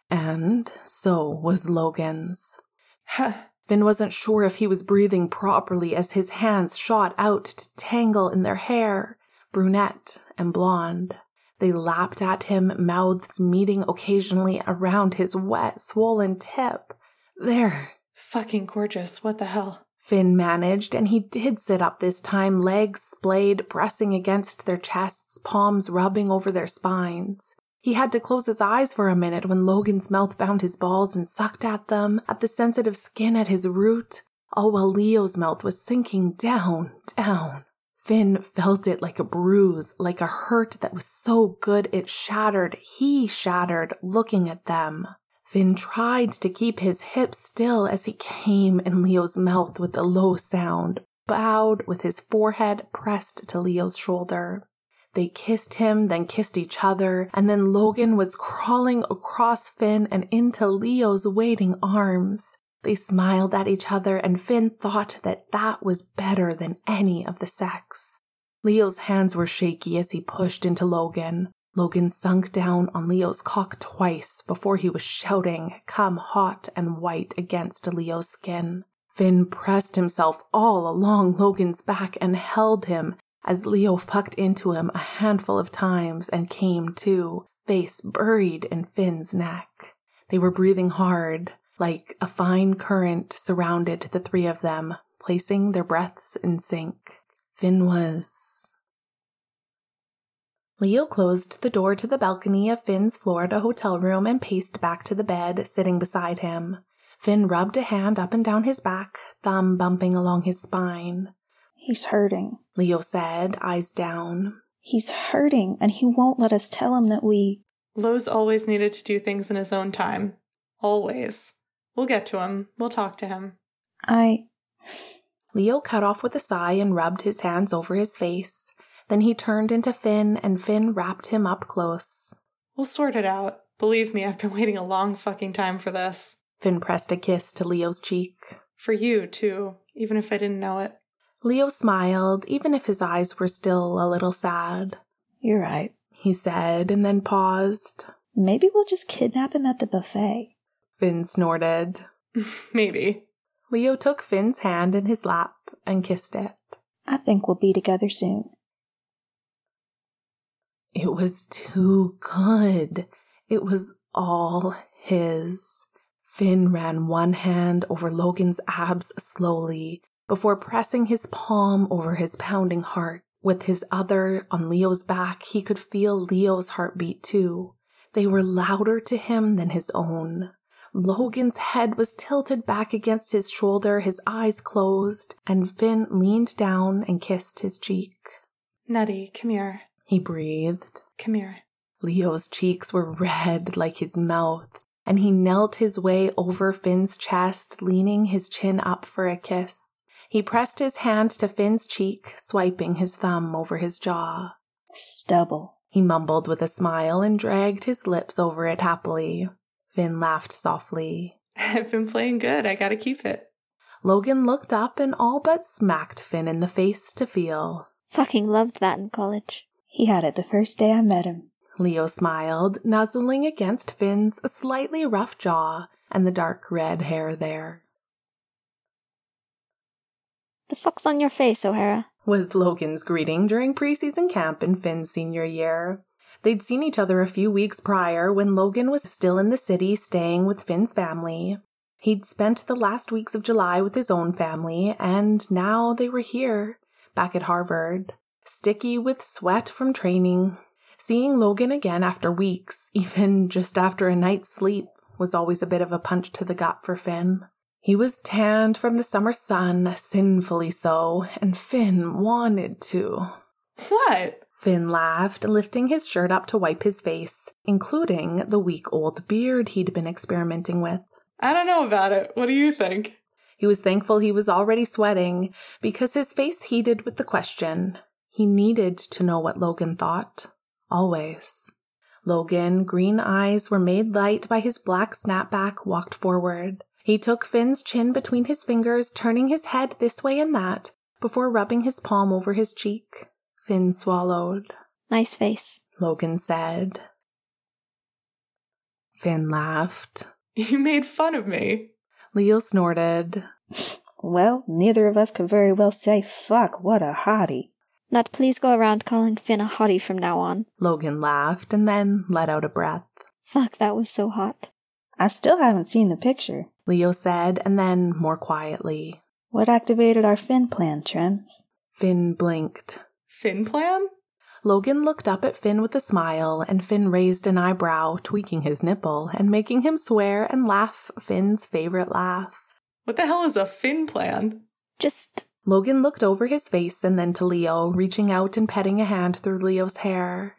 S1: And so was Logan's.
S2: Huh.
S1: Finn wasn't sure if he was breathing properly as his hands shot out to tangle in their hair, brunette and blonde. They lapped at him, mouths meeting occasionally around his wet, swollen tip. There,
S2: Fucking gorgeous. What the hell?
S1: Finn managed, and he did sit up this time, legs splayed, pressing against their chests, palms rubbing over their spines. He had to close his eyes for a minute when Logan's mouth found his balls and sucked at them, at the sensitive skin at his root, all while Leo's mouth was sinking down, down. Finn felt it like a bruise, like a hurt that was so good it shattered. He shattered looking at them. Finn tried to keep his hips still as he came in Leo's mouth with a low sound, bowed with his forehead pressed to Leo's shoulder. They kissed him, then kissed each other, and then Logan was crawling across Finn and into Leo's waiting arms. They smiled at each other, and Finn thought that that was better than any of the sex. Leo's hands were shaky as he pushed into Logan. Logan sunk down on Leo's cock twice before he was shouting, come hot and white against Leo's skin. Finn pressed himself all along Logan's back and held him as Leo fucked into him a handful of times and came to, face buried in Finn's neck. They were breathing hard, like a fine current surrounded the three of them, placing their breaths in sync. Finn was. Leo closed the door to the balcony of Finn's Florida hotel room and paced back to the bed, sitting beside him. Finn rubbed a hand up and down his back, thumb bumping along his spine.
S4: He's hurting.
S1: Leo said, eyes down.
S4: He's hurting, and he won't let us tell him that we.
S2: Lowe's always needed to do things in his own time. Always. We'll get to him. We'll talk to him.
S4: I.
S1: Leo cut off with a sigh and rubbed his hands over his face. Then he turned into Finn, and Finn wrapped him up close.
S2: We'll sort it out. Believe me, I've been [laughs] waiting a long fucking time for this.
S1: Finn pressed a kiss to Leo's cheek.
S2: For you, too, even if I didn't know it. [laughs]
S1: Leo smiled, even if his eyes were still a little sad.
S4: You're right.
S1: He said, and then paused.
S4: Maybe we'll just kidnap him at the buffet.
S1: Finn snorted.
S2: Maybe.
S1: Leo took Finn's hand in his lap and kissed it.
S4: I think we'll be together soon.
S1: It was too good. It was all his. Finn ran one hand over Logan's abs slowly before pressing his palm over his pounding heart. With his other on Leo's back, he could feel Leo's heartbeat too. They were louder to him than his own. Logan's head was tilted back against his shoulder, his eyes closed, and Finn leaned down and kissed his cheek.
S2: Nutty, come here.
S1: He breathed.
S2: Come here. [laughs]
S1: Leo's cheeks were red like his mouth, and he knelt his way over Finn's chest, leaning his chin up for a kiss. He pressed his hand to Finn's cheek, swiping his thumb over his jaw.
S4: Stubble.
S1: He mumbled with a smile and dragged his lips over it happily. Finn laughed softly.
S2: I've been playing good. I gotta keep it.
S1: Logan looked up and all but smacked Finn in the face to feel.
S3: Fucking loved that in college.
S4: He had it the first day I met him.
S1: Leo smiled, nuzzling against Finn's slightly rough jaw and the dark red hair there.
S3: The fuck's on your face, O'Hara?
S1: was Logan's greeting during preseason camp in Finn's senior year. They'd seen each other a few weeks prior when Logan was still in the city staying with Finn's family. He'd spent the last weeks of July with his own family, and now they were here, back at Harvard, sticky with sweat from training. Seeing Logan again after weeks, [laughs] even just after a night's sleep, was always a bit of a punch to the gut for Finn. He was tanned from the summer sun, sinfully so, and Finn wanted to.
S2: What?
S1: Finn laughed, lifting his shirt up to wipe his face, including the week old beard he'd been experimenting with.
S2: I don't know about it. What do you think? [laughs]
S1: He was thankful he was already sweating because his face heated with the question. He needed to know what Logan thought. Always. Logan, green eyes were made light by his black snapback, walked forward. He took Finn's chin between his fingers, turning his head this way and that, before rubbing his palm over his cheek. Finn swallowed,
S3: Nice face.
S1: Logan said. Finn laughed.
S2: You made fun of me.
S1: Leo snorted.
S4: Well, neither of us could very well say, fuck, what a hottie.
S3: Nut, please go around calling Finn a hottie from now on.
S1: Logan laughed and then let out a breath.
S3: Fuck, that was so hot.
S4: I still haven't seen the picture.
S1: Leo said, and then more quietly.
S4: What activated our fin plan, Trims?
S1: Finn blinked.
S2: Fin plan?
S1: Logan looked up at Finn with a smile, and Finn raised an eyebrow, tweaking his nipple and making him swear and laugh Finn's favorite laugh.
S2: What the hell is a fin plan?
S4: Just
S1: Logan looked over his face and then to Leo, reaching out and petting a hand through Leo's hair.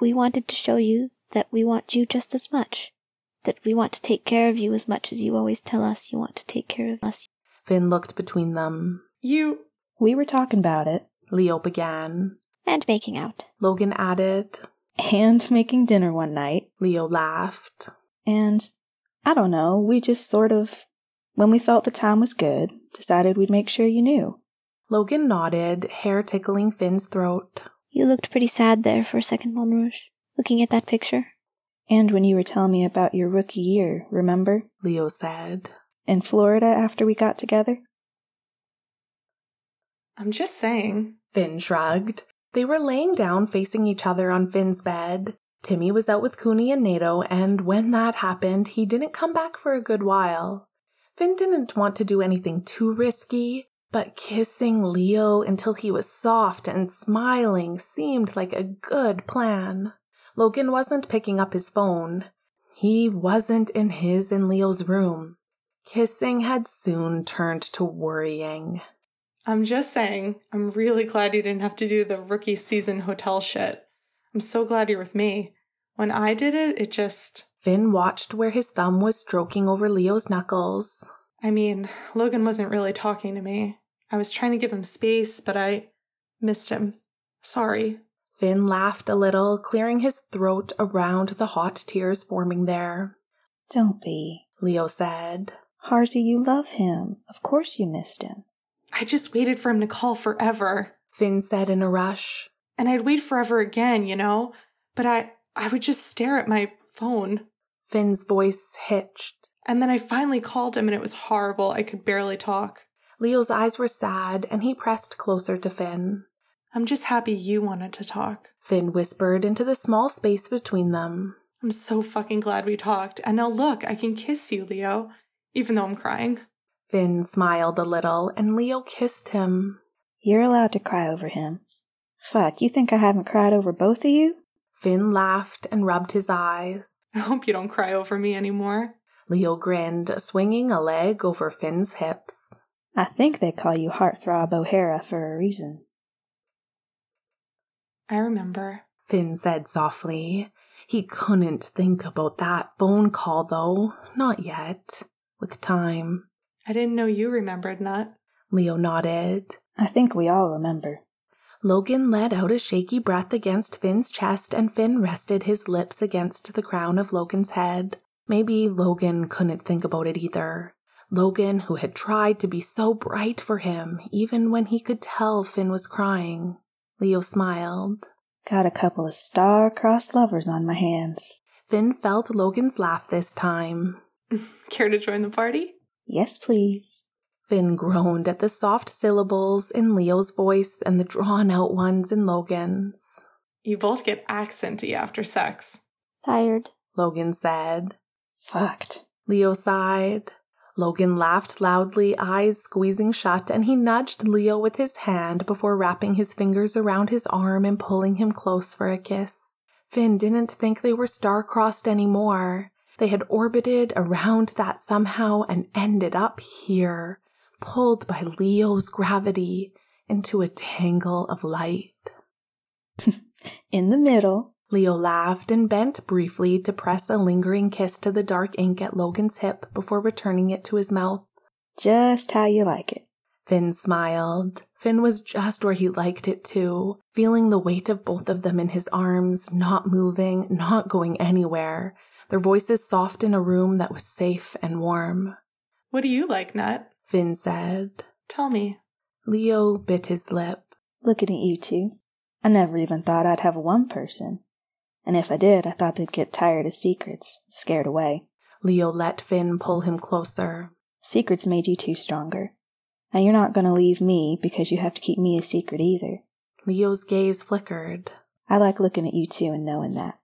S4: we wanted to show you that we want you just as much. That we want to take care of you as much as you always tell us you want to take care of us.
S1: Finn looked between them.
S2: You.
S3: We were talking about it.
S1: Leo began.
S4: And making out.
S1: Logan added.
S4: [laughs]
S3: And making dinner one night.
S1: Leo laughed.
S3: And I don't know, we just sort of, when we felt the time was good, decided we'd make sure you knew.
S1: Logan nodded, hair tickling Finn's throat.
S4: You looked pretty sad there for a second, Mon Rouge, looking at that picture.
S3: And when you were telling me about your rookie year, remember?
S1: Leo said.
S3: In Florida after we got together?
S2: I'm just saying.
S1: Finn shrugged. They were laying down facing each other on Finn's bed. Timmy was out with Cooney and Nato, and when that happened, he didn't come back for a good while. Finn didn't want to do anything too risky, but kissing Leo until he was soft and smiling seemed like a good plan. Logan wasn't picking up his phone. He wasn't in his and Leo's room. Kissing had soon turned to worrying.
S2: I'm just saying. I'm really glad you didn't have to do the rookie season hotel shit. I'm so glad you're with me. When I did it, it just.
S1: Finn watched where his thumb was stroking over Leo's knuckles.
S2: I mean, Logan wasn't really talking to me. I was trying to give him space, but I missed him. Sorry.
S1: Finn laughed a little, clearing his throat around the hot tears forming there.
S3: Don't be.
S1: Leo said,
S3: Harza, you love him. Of course you missed him.
S2: I just waited for him to call forever.
S1: Finn said in a rush.
S2: And I'd wait forever again, you know? But I I would just stare at my phone.
S1: Finn's voice hitched.
S2: And then I finally called him and it was horrible. I could barely talk.
S1: Leo's eyes were sad, and he pressed closer to Finn.
S2: I'm just happy you wanted to talk.
S1: Finn whispered into the small space between them.
S2: I'm so fucking glad we talked. And now look, I can kiss you, Leo, even though I'm crying. [laughs]
S1: Finn smiled a little, and Leo kissed him.
S3: You're allowed to cry over him. Fuck, you think I haven't cried over both of you?
S1: Finn laughed and rubbed his eyes.
S2: I hope you don't cry over me anymore.
S1: Leo grinned, swinging a leg over Finn's hips.
S3: I think they call you Heartthrob O'Hara for a reason.
S2: I remember.
S1: Finn said softly. He couldn't think about that phone call, though. Not yet. With time.
S2: I didn't know you remembered, Nut.
S1: Leo nodded.
S3: I think we all remember.
S1: Logan let out a shaky breath against Finn's chest, and Finn rested his lips against the crown of Logan's head. Maybe Logan couldn't think about it either. Logan, who had tried to be so bright for him, even when he could tell Finn was crying. Leo smiled.
S3: Got a couple of star-crossed lovers on my hands.
S1: Finn felt Logan's laugh this time.
S2: Care to join the party?
S3: Yes, please.
S1: Finn groaned at the soft syllables in Leo's voice and the drawn out ones in Logan's.
S2: You both get accenty after sex.
S4: Tired.
S1: Logan said.
S3: Fucked.
S1: Leo sighed. Logan laughed loudly, eyes squeezing shut, and he nudged Leo with his hand before wrapping his fingers around his arm and pulling him close for a kiss. Finn didn't think they were star-crossed anymore. They had orbited around that somehow and ended up here, pulled by Leo's gravity into a tangle of light.
S3: In the middle.
S1: Leo laughed and bent briefly to press a lingering kiss to the dark ink at Logan's hip before returning it to his mouth.
S3: Just how you like it.
S1: Finn smiled. Finn was just where he liked it too, feeling the weight of both of them in his arms, not moving, not going anywhere, their voices soft in a room that was safe and warm.
S2: What do you like, Nut?
S1: Finn said.
S2: Tell me.
S1: Leo bit his lip.
S3: Looking at you two. I never even thought I'd have one person. And if I did, I thought they'd get tired of secrets, scared away.
S1: Leo let Finn pull him closer.
S3: Secrets made you two stronger. And you're not gonna leave me because you have to keep me a secret either.
S1: Leo's gaze flickered.
S3: I like looking at you two and knowing that.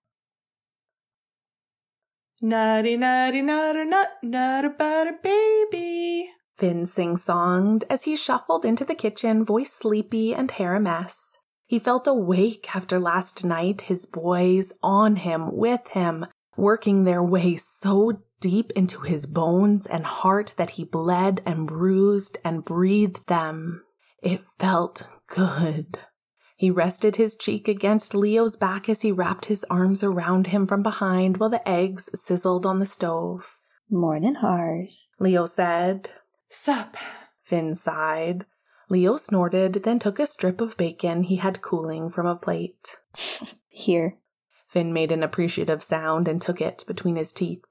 S2: Nutty, nutty, nutter, nut, nut about a baby.
S1: Finn sing songed as he shuffled into the kitchen, voice sleepy and hair a mess. He felt awake after last night, his boys on him, with him, working their way so deep into his bones and heart that he bled and bruised and breathed them. It felt good. He rested his cheek against Leo's back as he wrapped his arms around him from behind while the eggs sizzled on the stove.
S4: Morning, Hars.
S1: Leo said.
S2: Sup.
S1: Finn sighed. Leo snorted, then took a strip of bacon he had cooling from a plate.
S4: Here.
S1: Finn made an appreciative sound and took it between his teeth.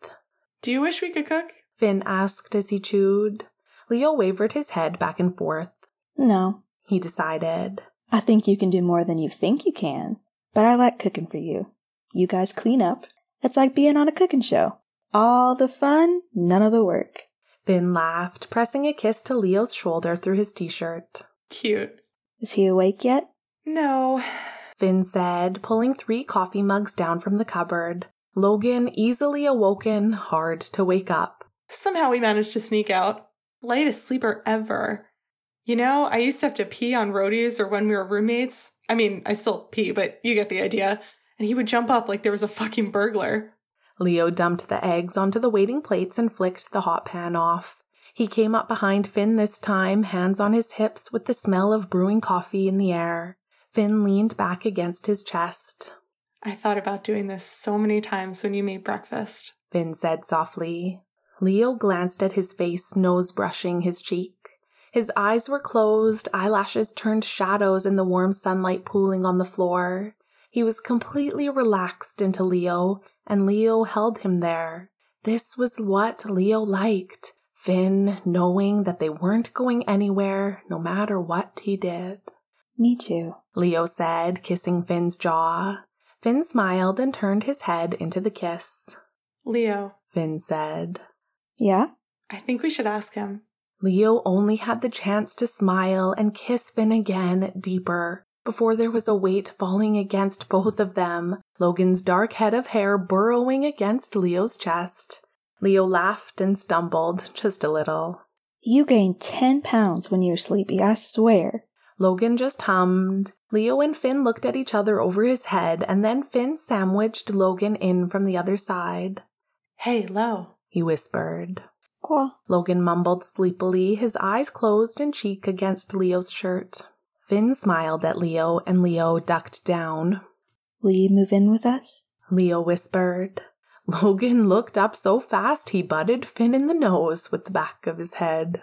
S2: Do you wish we could cook?
S1: Finn asked as he chewed. Leo wavered his head back and forth.
S4: No,
S1: He decided.
S4: I think you can do more than you think you can, but I like cooking for you. You guys clean up. It's like being on a cooking show. All the fun, none of the work.
S1: Finn laughed, pressing a kiss to Leo's shoulder through his t shirt.
S2: Cute.
S4: Is he awake yet?
S2: No.
S1: Finn said, pulling three coffee mugs down from the cupboard. Logan, easily awoken, hard to wake up.
S2: Somehow we managed to sneak out. Lightest sleeper ever. You know, I used to have to pee on roadies or when we were roommates. I mean, I still pee, but you get the idea. And he would jump up like there was a fucking burglar.
S1: Leo dumped the eggs onto the waiting plates and flicked the hot pan off. He came up behind Finn this time, hands on his hips, with the smell of brewing coffee in the air. Finn leaned back against his chest.
S2: I thought about doing this so many times when you made breakfast.
S1: Finn said softly. Leo glanced at his face, nose brushing his cheek. His eyes were closed, eyelashes turned shadows in the warm sunlight pooling on the floor. He was completely relaxed into Leo, and Leo held him there. This was what Leo liked Finn knowing that they weren't going anywhere, no matter what he did.
S4: Me too.
S1: Leo said, kissing Finn's jaw. Finn smiled and turned his head into the kiss.
S2: Leo,
S1: Finn said.
S4: Yeah?
S2: I think we should ask him.
S1: Leo only had the chance to smile and kiss Finn again deeper before there was a weight falling against both of them, Logan's dark head of hair burrowing against Leo's chest. Leo laughed and stumbled just a little.
S4: You gained 10 pounds when you were sleepy, I swear.
S1: Logan just hummed. Leo and Finn looked at each other over his head, and then Finn sandwiched Logan in from the other side.
S2: Hey, Lo.
S1: He whispered.
S3: Cool.
S1: Logan mumbled sleepily, his eyes closed and cheek against Leo's shirt. Finn smiled at Leo, and Leo ducked down.
S4: Will you move in with us?
S1: Leo whispered. Logan looked up so fast he butted Finn in the nose with the back of his head.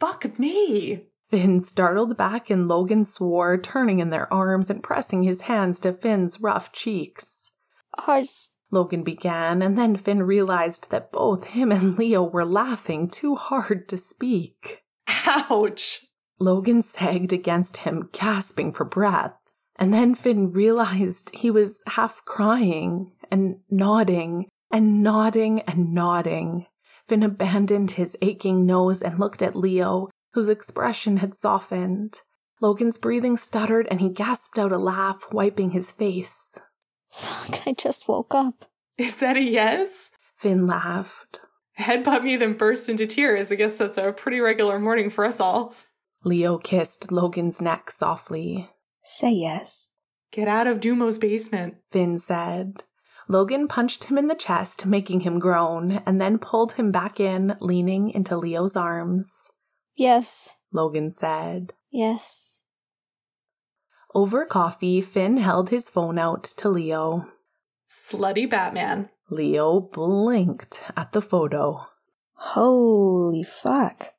S2: Fuck me.
S1: Finn startled back, and Logan swore, turning in their arms and pressing his hands to Finn's rough cheeks.
S3: Hars,
S1: Logan began, and then Finn realized that both him and Leo were laughing too hard to speak.
S2: Ouch.
S1: Logan sagged against him, gasping for breath. And then Finn realized he was half crying and nodding and nodding and nodding. Finn abandoned his aching nose and looked at Leo, whose expression had softened. Logan's breathing stuttered and he gasped out a laugh, wiping his face.
S3: [laughs] fuck, I just woke up.
S2: Is that a yes?
S1: Finn laughed.
S2: Headbutt me, then burst into tears. I guess that's a pretty regular morning for us all.
S1: Leo kissed Logan's neck softly.
S4: Say yes.
S2: Get out of Dumo's basement.
S1: Finn said. Logan punched him in the chest, making him groan, and then pulled him back in, leaning into Leo's arms.
S3: Yes.
S1: Logan said.
S3: Yes.
S1: Over coffee, Finn held his phone out to Leo.
S2: Slutty Batman.
S1: Leo blinked at the photo.
S4: Holy fuck.